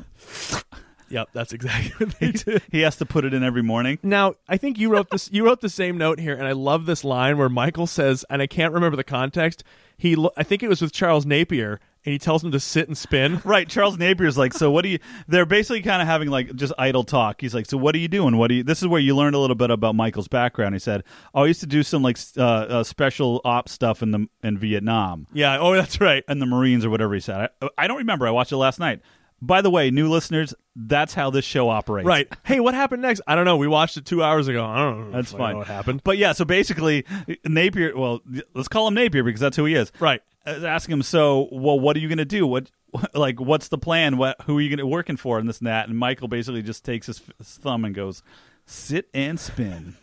D: Yep, that's exactly *laughs* what they did.
E: He has to put it in every morning.
D: Now, I think you wrote this. You wrote the same note here, and I love this line where Michael says, and I can't remember the context. He, lo- I think it was with Charles Napier, and he tells him to sit and *laughs* spin.
E: Right, Charles Napier's like, so what do you? They're basically kind of having like just idle talk. He's like, so what are you doing? What do you? This is where you learned a little bit about Michael's background. He said, oh, I used to do some like s- uh, uh, special op stuff in the in Vietnam
D: Yeah. Oh, that's right.
E: and the Marines or whatever he said. I, I don't remember. I watched it last night. By the way, new listeners, that's how this show operates.
D: Right. Hey, what happened next? I don't know. We watched it two hours ago. I don't know.
E: That's
D: I don't
E: fine.
D: know What happened?
E: But yeah, so basically, Napier. Well, th- let's call him Napier because that's who he is.
D: Right.
E: I was asking him. So, well, what are you going to do? What, *laughs* like, what's the plan? What, who are you going to working for, and this and that? And Michael basically just takes his, f- his thumb and goes, "Sit
D: *laughs*
E: and spin."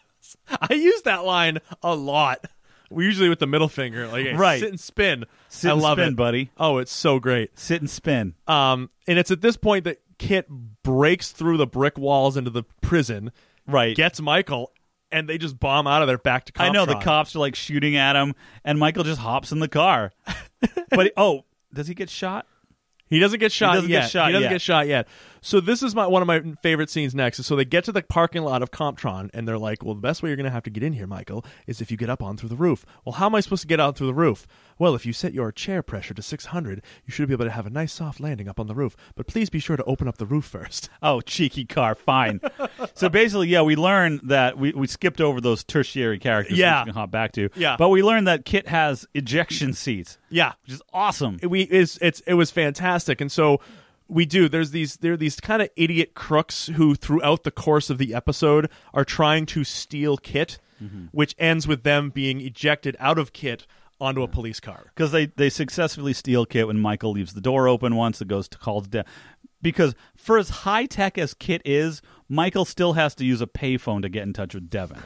D: *laughs* I use that line a lot. We usually with the middle finger, like hey,
E: Right.
D: sit and spin.
E: Sit
D: I
E: and
D: love
E: spin,
D: it,
E: buddy.
D: Oh, it's so great.
E: Sit and spin.
D: Um, and it's at this point that Kit breaks through the brick walls into the prison,
E: Right.
D: gets Michael, and they just bomb out of there back to. Comptron.
E: I know the cops are like shooting at him, and Michael just hops in the car. *laughs* but he- oh, does he get shot?
D: He doesn't get shot
E: doesn't get
D: yet.
E: shot
D: he doesn't
E: yet.
D: get shot yet. So this is my one of my favorite scenes next. So they get to the parking lot of Comptron and they're like, "Well, the best way you're going to have to get in here, Michael, is if you get up on through the roof." Well, how am I supposed to get out through the roof? Well, if you set your chair pressure to 600, you should be able to have a nice soft landing up on the roof. But please be sure to open up the roof first.
E: Oh, cheeky
D: *laughs*
E: car, fine. so basically, yeah, we learned that we, we skipped over those tertiary characters.
D: Yeah.
E: which we can hop back to.
D: Yeah.
E: but we learned that Kit has ejection seats,
D: Yeah,
E: which is awesome.
D: we is it's it was fantastic and so we do there's these there are these kind of idiot crooks who throughout the course of the episode are trying to steal kit which ends with them being ejected out of kit onto a police car
E: because they they successfully steal Kit when Michael leaves the door open once it goes to calls down. Because for as high tech as Kit is, Michael still has to use a payphone to get in touch with Devin.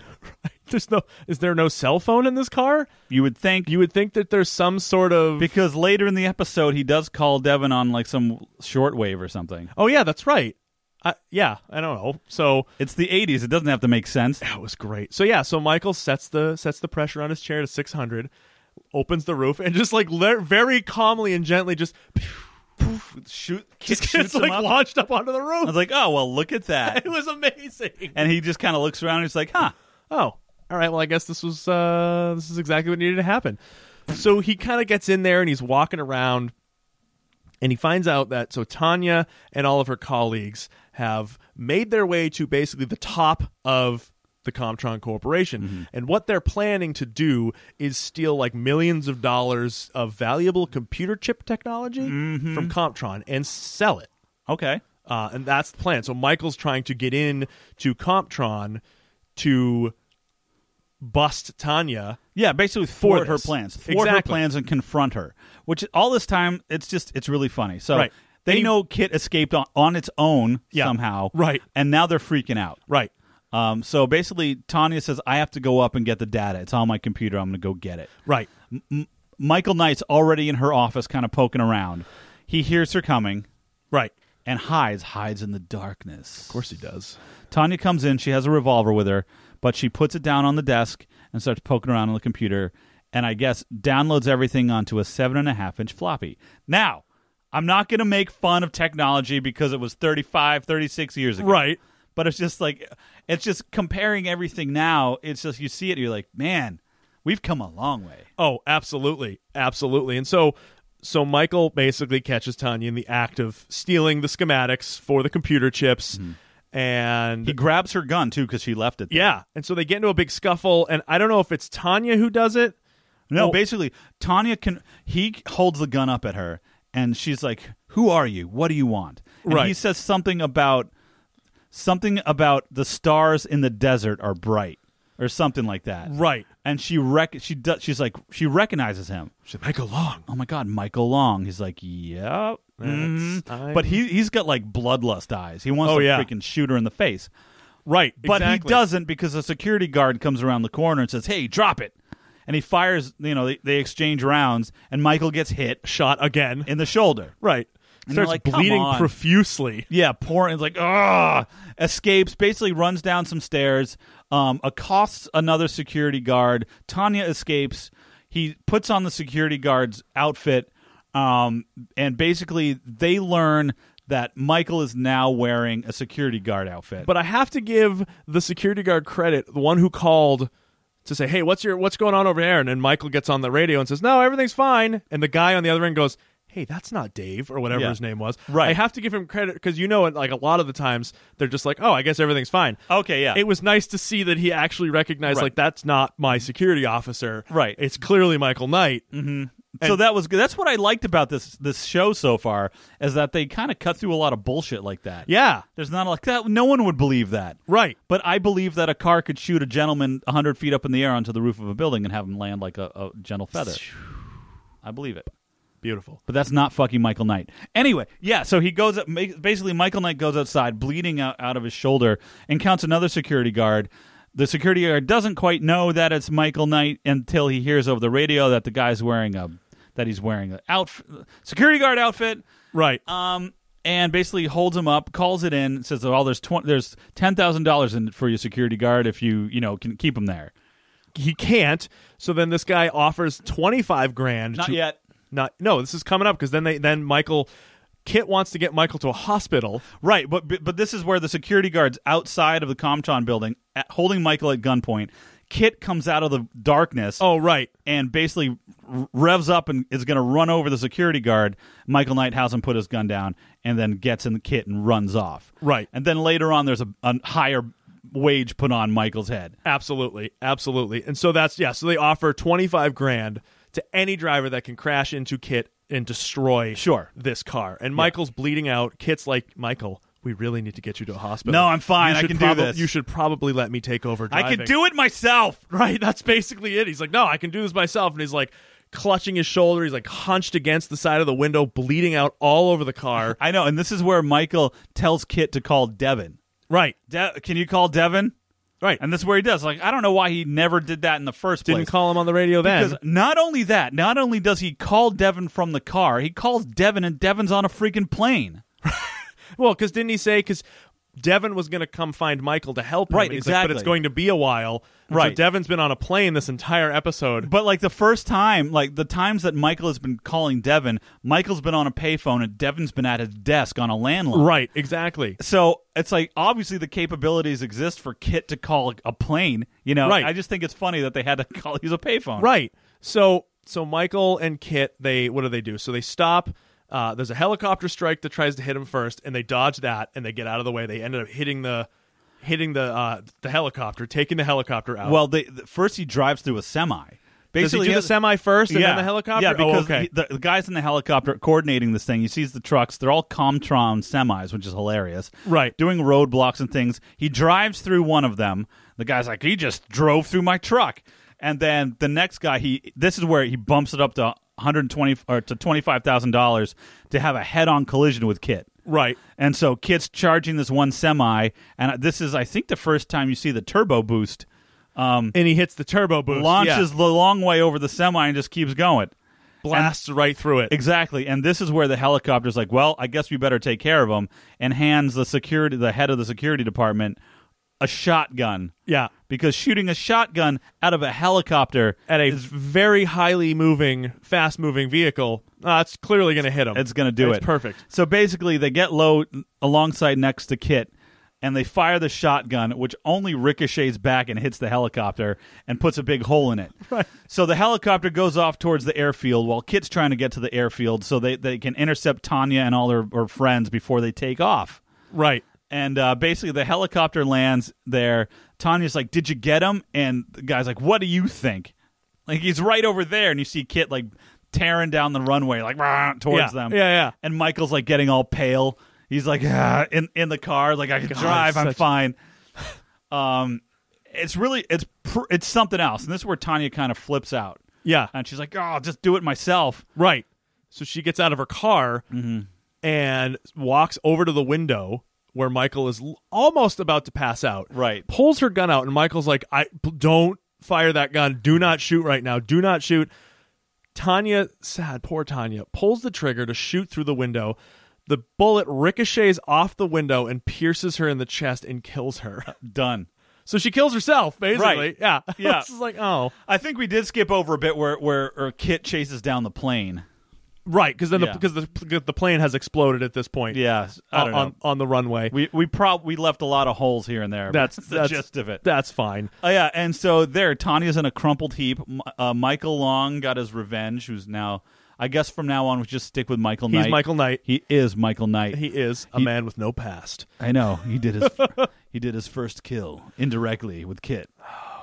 D: There's no. Is there no cell phone in this car?
E: You would think
D: You would think that there's some sort of.
E: because later in the episode he does call Devin on like some shortwave or something.
D: oh yeah, that's right. I, yeah, I don't know. So
E: It's the 80s. It doesn't have to make sense.
D: that was great. So yeah, so Michael sets the sets the pressure on his chair to 600, opens the roof, and just like le- very calmly and gently just
E: Shoot,
D: *laughs* just gets like launched up onto the
E: I was
D: roof.
E: like, oh well, look at that.
D: *laughs* It was amazing.
E: And he just kind of looks around. and He's like, huh.
D: oh all right well i guess this was uh this is exactly what needed to happen so he kind of gets in there and he's walking around and he finds out that so tanya and all of her colleagues have made their way to basically the top of the Comtron Corporation. And what they're planning to do is steal like millions of dollars of valuable computer chip technology from Comptron and sell it.
E: Okay.
D: Uh, and that's the plan. So Michael's trying to get in to Comptron to bust Tanya.
E: Yeah, basically thwart
D: Thwart
E: her
D: us.
E: plans, thwart her
D: Exactly.
E: plans, and confront her. Which all this time, it's just it's really funny. So
D: Right.
E: they
D: And he-
E: know Kit escaped on, on its own
D: Yeah.
E: somehow,
D: Right.
E: And now they're freaking out.
D: Right.
E: Um, so basically, Tanya says, "I have to go up and get the data. It's on my computer. I'm going to go get it."
D: Right.
E: Michael Knight's already in her office, kind of poking around. He hears her coming
D: Right. Of
E: and hides, hides in the darkness. Of
D: course he does.
E: Tanya comes in. She has a revolver with her, but she puts it down on the desk and starts poking around on the computer. And I guess downloads everything onto a seven and a half inch floppy. Now, I'm not going to make fun of technology because it was 35, 36 years ago.
D: Right.
E: But it's just like, it's just comparing everything now. It's just, you see it, you're like, man, we've come a long way.
D: Oh, absolutely. Absolutely. And so so Michael basically catches Tanya in the act of stealing the schematics for the computer chips Mm-hmm. and
E: He grabs her gun, too, because she left it. there.
D: yeah, and so they get into a big scuffle and I don't know if it's Tanya who does it.
E: No,
D: Well-
E: basically, Tanya can. He holds the gun up at her, and she's like, "Who are you? What do you want?" And
D: Right.
E: He says something about something about the stars in the desert are bright, or something like that.
D: Right.
E: And she rec. She does. She's like. She recognizes him.
D: She's Michael Long.
E: Oh my God, Michael Long. He's like, "Yep."
D: That's-
E: mhm." But he he's got like bloodlust eyes. He wants
D: Oh,
E: to
D: yeah.
E: freaking shoot her in the face.
D: Right.
E: But
D: exactly.
E: he doesn't because a security guard comes around the corner and says, "Hey, drop it!" And he fires. You know, they, they exchange rounds, and Michael gets hit
D: shot again.
E: in the shoulder.
D: Right.
E: And they're
D: Starts
E: like, "Come
D: bleeding
E: on."
D: profusely.
E: Yeah, pouring like ah, escapes. Basically, runs down some stairs. Um, accosts another security guard. Tanya escapes. He puts on the security guard's outfit, um, and basically they learn that Michael is now wearing a security guard outfit.
D: But I have to give the security guard credit, the one who called to say, "Hey, what's your what's going on over there?" And then Michael gets on the radio and says, "No, everything's fine." And the guy on the other end goes, "Hey, that's not Dave or whatever
E: Yeah.
D: his name was."
E: Right.
D: I have to give him credit because you know, like a lot of the times, they're just like, "Oh, I guess everything's fine."
E: okay, yeah,
D: It was nice to see that he actually recognized,
E: Right.
D: like, that's not my security officer.
E: Right. Mm-hmm.
D: It's clearly Michael Knight.
E: so that was good. That's what I liked about this this show so far is that they kind of cut through a lot of bullshit like that.
D: Yeah.
E: there's not like that. No one would believe that,
D: Right.
E: But I believe that a car could shoot a gentleman 100 feet up in the air onto the roof of a building and have him land like a, a gentle feather. I believe it.
D: Beautiful.
E: But that's not fucking Michael Knight. Anyway, yeah, so he goes up. ma- Basically, Michael Knight goes outside, bleeding out, out of his shoulder, encounters another security guard. The security guard doesn't quite know that it's Michael Knight until he hears over the radio that the guy's wearing a that he's wearing a outfit, security guard outfit.
D: Right.
E: Um, and basically holds him up, calls it in, says, "Oh, there's tw- there's ten thousand dollars in for your security guard if you you know can keep him there."
D: he can't. So then this guy offers twenty five grand.
E: Not
D: to-
E: yet.
D: Not no. This is coming up because then they then Michael Kit wants to get Michael to a hospital.
E: Right, but but but this is where the security guards outside of the Comton building, at, holding Michael at gunpoint. Kit comes out of the darkness
D: Oh right.
E: and basically r- revs up and is going to run over the security guard. Michael Nighthausen put his gun down and then gets in the kit and runs off.
D: Right.
E: and then later on, there's a, a higher wage put on Michael's head.
D: Absolutely. Absolutely. And so that's yeah. So they offer twenty five grand to any driver that can crash into Kit and destroy
E: Sure.
D: this car. And Michael's bleeding out. Kit's like Michael. We really need to get you to a hospital.
E: No, I'm fine.
D: You
E: I
D: should
E: can do
D: probab-
E: this."
D: You should probably let me take over. Driving.
E: I could do it myself.
D: Right, that's basically it. He's like, no, I can do this myself. And he's like clutching his shoulder. He's like hunched against the side of the window, bleeding out all over the
E: *laughs*
D: car.
E: I know, and this is where Michael tells Kit to call Devin.
D: right.
E: De- can you call Devin?
D: Right.
E: And that's where he does. Like, I don't know why he never did that in the first
D: Didn't
E: place.
D: call him on the radio then.
E: because not only that, not only does he call Devin from the car, he calls Devin, and Devin's on a freaking plane.
D: Well, because didn't he say because Devin was going to come find Michael to help him?
E: Right,
D: and he's like, but it's
E: exactly.
D: going to be a while. And
E: Right.
D: So Devin's been on a plane this entire episode.
E: But like the first time, like the times that Michael has been calling Devin, Michael's been on a payphone and Devin's been at his desk on a landline.
D: right. Exactly.
E: So it's like obviously the capabilities exist for Kit to call a plane. You know,
D: Right.
E: I just think it's funny that they had to *laughs* call use a payphone.
D: Right. So so Michael and Kit, they what do they do? So they stop. Uh, there's a helicopter strike that tries to hit him first, and they dodge that, and they get out of the way. They ended up hitting the hitting the uh, the helicopter, taking the helicopter out.
E: Well, they, th- first he drives through a semi.
D: does he
E: Basically,
D: do the semi first and
E: yeah,
D: then the helicopter?
E: Yeah,
D: oh,
E: because
D: okay.
E: the, the guys in the helicopter coordinating this thing. He sees the trucks; they're all Comtron semis, which is hilarious.
D: Right.
E: doing roadblocks and things. He drives through one of them. The guy's like, "He just drove through my truck." And then the next guy, he this is where he bumps it up to 120 or to twenty five thousand dollars to have a head on collision with Kit.
D: right.
E: And so Kit's charging this one semi, and this is, I think, the first time you see the turbo boost
D: And he hits the turbo boost.
E: launches
D: yeah.
E: the long way over the semi and just keeps going.
D: blasts right through it.
E: Exactly. And this is where the helicopter's like, well, I guess we better take care of him, and hands the security, the head of the security department, a shotgun.
D: yeah.
E: Because shooting a shotgun out of a helicopter,
D: at a very highly moving, fast moving vehicle, uh, it's clearly going to hit him.
E: it's going to do it.
D: It's perfect.
E: So basically, they get low alongside next to Kit, and they fire the shotgun, which only ricochets back and hits the helicopter and puts a big hole in it.
D: *laughs* Right.
E: So the helicopter goes off towards the airfield while Kit's trying to get to the airfield so they, they can intercept Tanya and all her, her friends before they take off.
D: Right.
E: And uh, basically, the helicopter lands there. Tanya's like, "Did you get him?" And the guy's like, "What do you think?" Like he's right over there, and you see Kit like tearing down the runway, like *laughs* "Rah," towards
D: Yeah.
E: them.
D: Yeah, yeah.
E: And Michael's like getting all pale. He's like "Ah," in in the car, like I can drive, I'm
D: such-
E: fine. um, it's really it's pr- it's something else, and this is where Tanya kind of flips out,
D: Yeah.
E: and she's like, "Oh, I'll just do it myself."
D: Right. So she gets out of her car
E: Mm-hmm.
D: and walks over to the window where Michael is l- almost about to pass out.
E: Right.
D: Pulls her gun out, and Michael's like, "I p- don't fire that gun. Do not shoot right now. Do not shoot." Tanya, sad, poor Tanya, pulls the trigger to shoot through the window. The bullet ricochets off the window and pierces her in the chest and kills her.
E: Done.
D: So she kills herself, basically.
E: Uh, Right.
D: Yeah. *laughs*
E: Yeah.
D: it's just like, oh.
E: I think we did skip over a bit where where, where Kit chases down the plane.
D: Right, because then
E: Yeah.
D: the, because the, 'cause the plane has exploded at this point.
E: Yeah, I
D: On,
E: don't know.
D: on, on the runway.
E: we we prob we left a lot of holes here and there. but
D: that's
E: the
D: that's-
E: gist of it.
D: That's fine.
E: Oh, yeah, and so there, Tanya's in a crumpled heap. M- Uh, Michael Long got his revenge. Who's now, I guess, from now on, we just stick with Michael
D: He's
E: Knight.
D: Michael Knight.
E: He is Michael Knight.
D: He is a man with no past.
E: I know he
D: *laughs*
E: did his he did his first kill indirectly with Kit.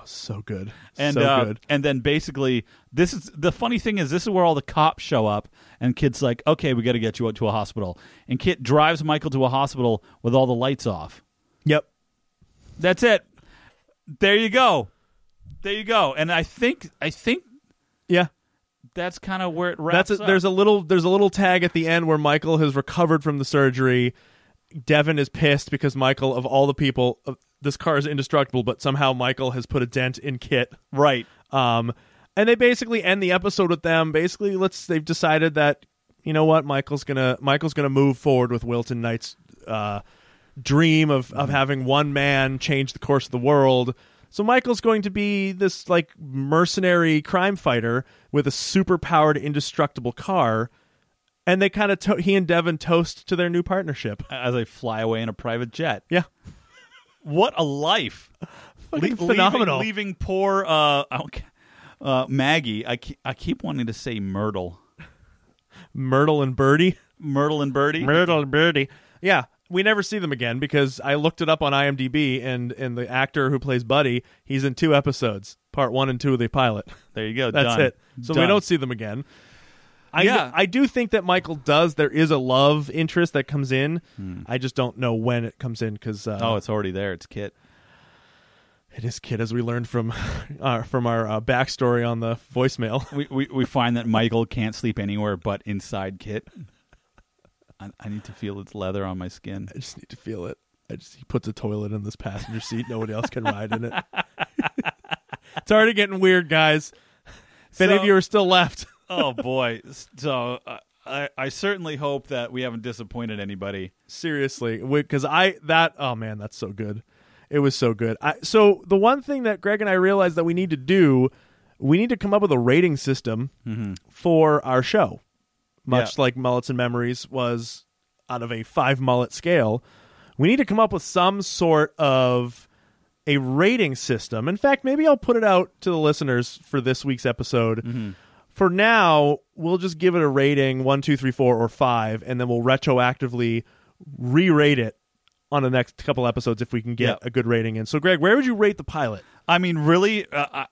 D: So good.
E: and
D: so
E: uh,
D: good.
E: and then basically this is the funny thing is this is where all the cops show up and Kit's like okay we got to get you out to a hospital and Kit drives Michael to a hospital with all the lights off.
D: Yep.
E: That's it. There you go. There you go. And I think I think
D: Yeah.
E: that's kind of where it wraps
D: That's a,
E: up.
D: there's a little there's a little tag at the end where Michael has recovered from the surgery. Devin is pissed because Michael of all the people of- this car is indestructible, but somehow Michael has put a dent in Kit.
E: right.
D: Um, and they basically end the episode with them. Basically, let's they've decided that you know what Michael's gonna Michael's gonna move forward with Wilton Knight's uh, dream of of having one man change the course of the world. So Michael's going to be this like mercenary crime fighter with a super powered indestructible car, and they kind of to- he and Devin toast to their new partnership.
E: As I fly away in a private jet.
D: Yeah,
E: What a life.
D: Fucking
E: Le-
D: phenomenal.
E: Leaving, leaving poor uh, I don't ca- uh, Maggie. I, ke- I keep wanting to say Myrtle.
D: Myrtle and Birdie.
E: *laughs* Myrtle and Birdie.
D: Myrtle Birdie. Yeah, we never see them again because I looked it up on IMDb, and and the actor who plays Buddy, he's in two episodes, part one and two of the pilot. *laughs*
E: There you go.
D: That's
E: Done.
D: it. So we
E: Done.
D: don't see them again. I,
E: Yeah.
D: I do think that Michael does. There is a love interest that comes in. I just don't know when it comes in because uh,
E: Hmm. Oh, it's already there. It's Kit.
D: it is kid, as we learned from *laughs* uh, from our uh, backstory on the voicemail. *laughs*
E: We, we we find that Michael can't sleep anywhere but inside Kit. I, I need to feel its leather on my skin.
D: I just need to feel it. I just, he puts a toilet in this passenger seat. Nobody else can ride in it. *laughs* it's already getting weird, guys. If any of
E: So-
D: you are still left,
E: oh boy. So uh, I I certainly hope that we haven't disappointed anybody.
D: seriously, because I that oh man, that's so good. It was so good. I, so the one thing that Greg and I realized that we need to do, we need to come up with a rating system for our show, much
E: Yeah.
D: like Mullets and Memories was out of a five mullet scale. We need to come up with some sort of a rating system. In fact, maybe I'll put it out to the listeners for this week's episode. For now, we'll just give it a rating one, two, three, four, or five, and then we'll retroactively re rate it on the next couple episodes if we can get
E: Yep.
D: a good rating in. So, Greg, where would you rate the pilot?
E: I mean, really, uh, I,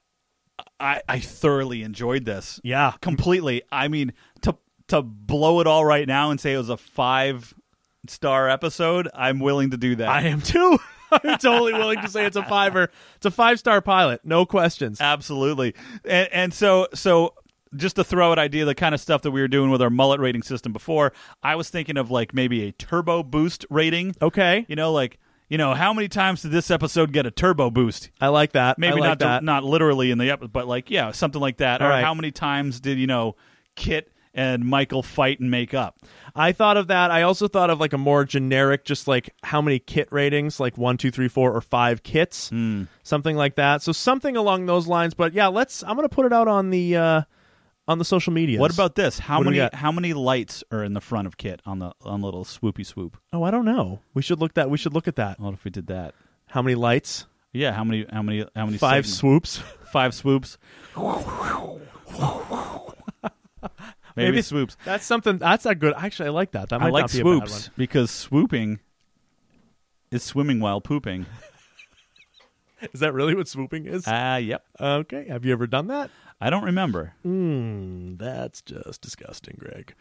E: I I thoroughly enjoyed this.
D: Yeah.
E: completely. I mean, to to blow it all right now and say it was a five star episode, I'm willing to do that.
D: I am too. *laughs* I'm totally willing to say it's a fiver. It's a five star pilot, no questions.
E: Uh, Absolutely. And, and so so just to throw out idea the kind of stuff that we were doing with our mullet rating system before, I was thinking of like maybe a turbo boost rating.
D: Okay.
E: You know, like you know, how many times did this episode get a turbo boost?
D: I like that.
E: Maybe
D: I like
E: not
D: that.
E: not literally in the episode, but like yeah, something like that.
D: All
E: or
D: right.
E: how many times did you know Kit and Michael fight and make up?
D: I thought of that. I also thought of like a more generic, just like how many kit ratings, like one, two, three, four, or five kits,
E: Hmm.
D: something like that. So something along those lines. But yeah, let's. I'm gonna put it out on the uh, on the social media.
E: What about this? How
D: What do we
E: many
D: got?
E: how many lights are in the front of Kit on the on the little swoopy swoop?
D: Oh, I don't know. We should look that. We should look at that.
E: What if we did that?
D: How many lights?
E: Yeah, how many how many how many
D: Five
E: segments?
D: swoops. *laughs*
E: five swoops. Maybe,
D: Maybe-
E: swoops.
D: That's something. That's a good. Actually, I like that. That might
E: I like
D: not be a bad one.
E: swoops because swooping is swimming
D: *laughs*
E: while pooping.
D: Is that really what swooping is?
E: Ah, yep.
D: okay. Have you ever done that?
E: I don't remember.
D: That's just disgusting, Greg.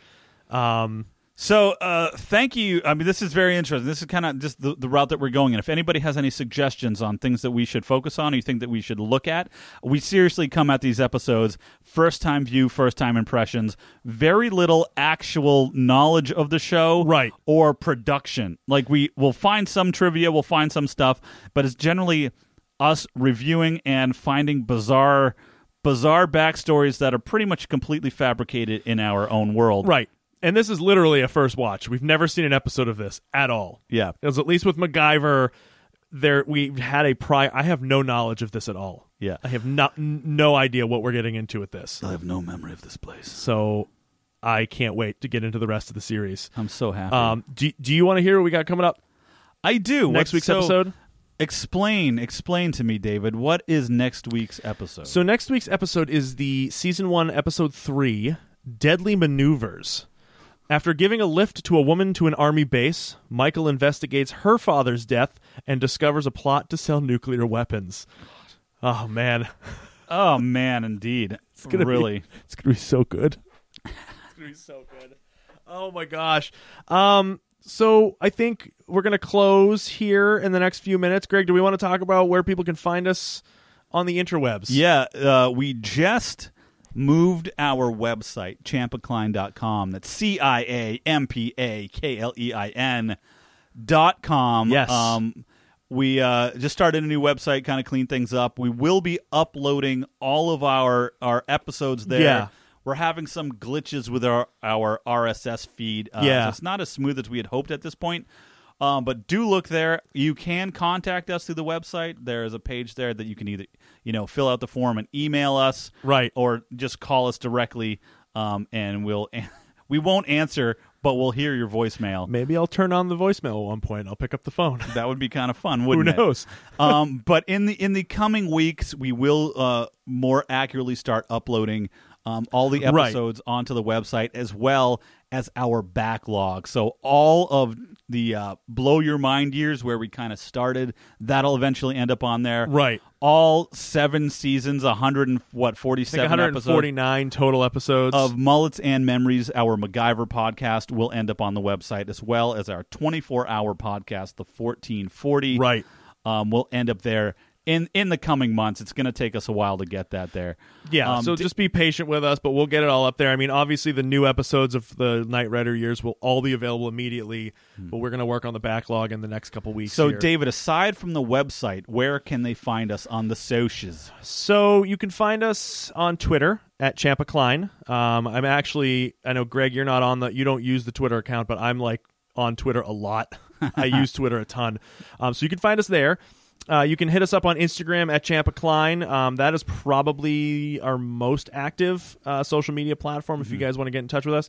E: So, uh, thank you. I mean, this is very interesting. This is kind of just the, the route that we're going in. If anybody has any suggestions on things that we should focus on, or you think that we should look at, we seriously come at these episodes first time view, first time impressions, very little actual knowledge of the show,
D: Right.
E: or production. Like we will find some trivia, we'll find some stuff, but it's generally us reviewing and finding bizarre. Bizarre backstories that are pretty much completely fabricated in our own world.
D: Right. And this is literally a first watch. We've never seen an episode of this at all.
E: Yeah.
D: It was at least with MacGyver. There, we had a prior. I have no knowledge of this at all.
E: Yeah.
D: I have not n- no idea what we're getting into with this.
E: I have no memory of this place.
D: So, I can't wait to get into the rest of the series.
E: I'm so happy.
D: Um, do do you want to hear what we got coming up
E: I do.
D: next
E: What's-
D: week's
E: so-
D: episode?
E: Explain, explain to me, David. What is next week's episode?
D: So next week's episode is the season one, episode three, Deadly Maneuvers. After giving a lift to a woman to an army base, Michael investigates her father's death and discovers a plot to sell nuclear weapons. Oh man,
E: oh man, indeed. It's
D: gonna be-
E: really.
D: it's gonna be so good. it's gonna be so good. Oh my gosh. Um. So I think we're gonna close here in the next few minutes. Greg, do we want to talk about where people can find us on the interwebs?
E: Yeah, uh, we just moved our website, champacline.com. That's C I A M P A K L E I N dot com.
D: Yes.
E: Um, we uh, just started a new website, kind of clean things up. We will be uploading all of our, our episodes there.
D: Yeah.
E: We're having some glitches with our, our RSS feed. Uh,
D: Yeah.
E: so it's not as smooth as we had hoped at this point. Um, but do look there. You can contact us through the website. There is a page there that you can either, you know, fill out the form and email us,
D: Right.
E: or just call us directly, um, and we'll *laughs* we won't answer, but we'll hear your voicemail.
D: Maybe I'll turn on the voicemail at one point. I'll pick up the phone. *laughs*
E: That would be kind of fun,
D: Who
E: wouldn't it?
D: knows?
E: *laughs* um, but in the in the coming weeks, we will uh, more accurately start uploading um, all the
D: Right.
E: episodes onto the website as well as our backlog. So all of the uh, blow your mind years where we kind of started, that'll eventually end up on there.
D: Right.
E: All seven seasons, a hundred and what forty
D: It's like
E: seven episodes
D: 149 total episodes.
E: of Mullets and Memories, our MacGyver podcast, will end up on the website as well as our 24 hour podcast, the 1440.
D: Right.
E: Um, will end up there in in the coming months. It's going to take us a while to get that there.
D: Yeah,
E: Um,
D: so
E: d-
D: just be patient with us, but we'll get it all up there. I mean, obviously, the new episodes of the Knight Rider years will all be available immediately, but we're going to work on the backlog in the next couple weeks.
E: Hmm. so,
D: here.
E: David, aside from the website, where can they find us on the socials?
D: So you can find us on Twitter at Champa Klein. Um, I'm actually, I know Greg, you're not on the, you don't use the Twitter account, but I'm like on Twitter a lot. *laughs* I use Twitter a ton. Um, so you can find us there. Uh, you can hit us up on Instagram at Champa Klein. Um, that is probably our most active uh, social media platform if you guys want to get in touch with us.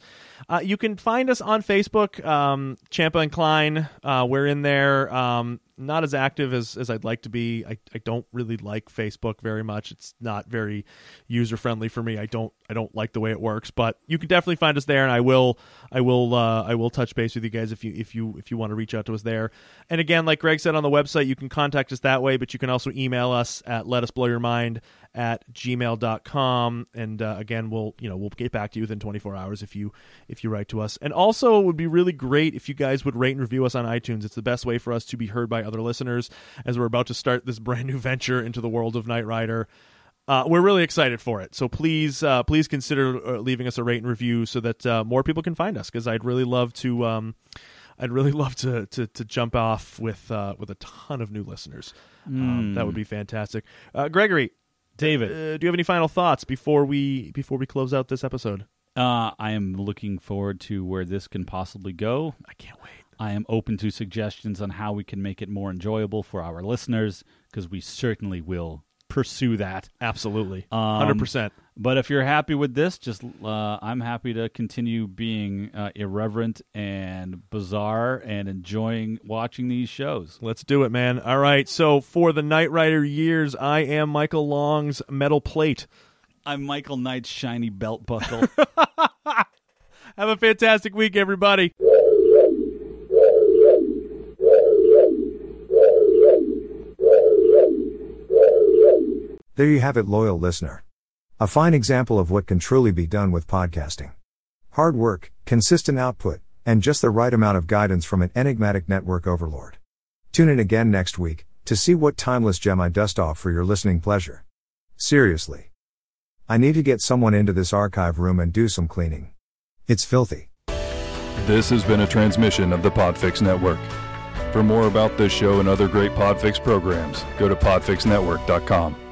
D: Uh, you can find us on Facebook, um, Champa and Klein. Uh, we're in there. Um, not as active as, as I'd like to be. I, I don't really like Facebook very much. It's not very user friendly for me. I don't I don't like the way it works. But you can definitely find us there, and I will I will uh, I will touch base with you guys if you if you if you want to reach out to us there. And again, like Greg said on the website, you can contact us that way, but you can also email us at let us blow your mind at gmail.com and uh, again we'll you know we'll get back to you within 24 hours if you if you write to us and also it would be really great if you guys would rate and review us on itunes it's the best way for us to be heard by other listeners as we're about to start this *laughs* brand new venture into the world of knight rider uh, we're really excited for it so please uh, please consider uh, leaving us a rate and review so that uh, more people can find us because i'd really love to um, i'd really *laughs* love to to, to jump off with uh, with a ton of new listeners um, that would be fantastic uh, gregory
E: David,
D: uh, do you have any final thoughts before we before we close out this episode?
E: Uh, I am looking forward to where this can possibly go.
D: I can't wait.
E: I am open to suggestions on how we can make it more enjoyable for our listeners because we certainly will pursue that.
D: Absolutely,
E: Um,
D: hundred percent.
E: But if you're happy with this, just uh, I'm happy to continue being uh, irreverent and bizarre and enjoying watching these shows.
D: Let's do it, man. All right. So for the Knight Rider years, I am Michael Long's metal *laughs* plate.
E: I'm Michael Knight's shiny belt buckle.
D: Have a fantastic week, everybody.
A: There you have it, loyal listener. A fine example of what can truly be done with podcasting. Hard work, consistent output, and just the right amount of guidance from an enigmatic network overlord. Tune in again next week to see what timeless gem I dust off for your listening pleasure. Seriously. I need to get someone into this archive room and do some cleaning. It's filthy.
I: This has been a transmission of the Podfix Network. For more about this show and other great Podfix programs, go to podfixnetwork.com.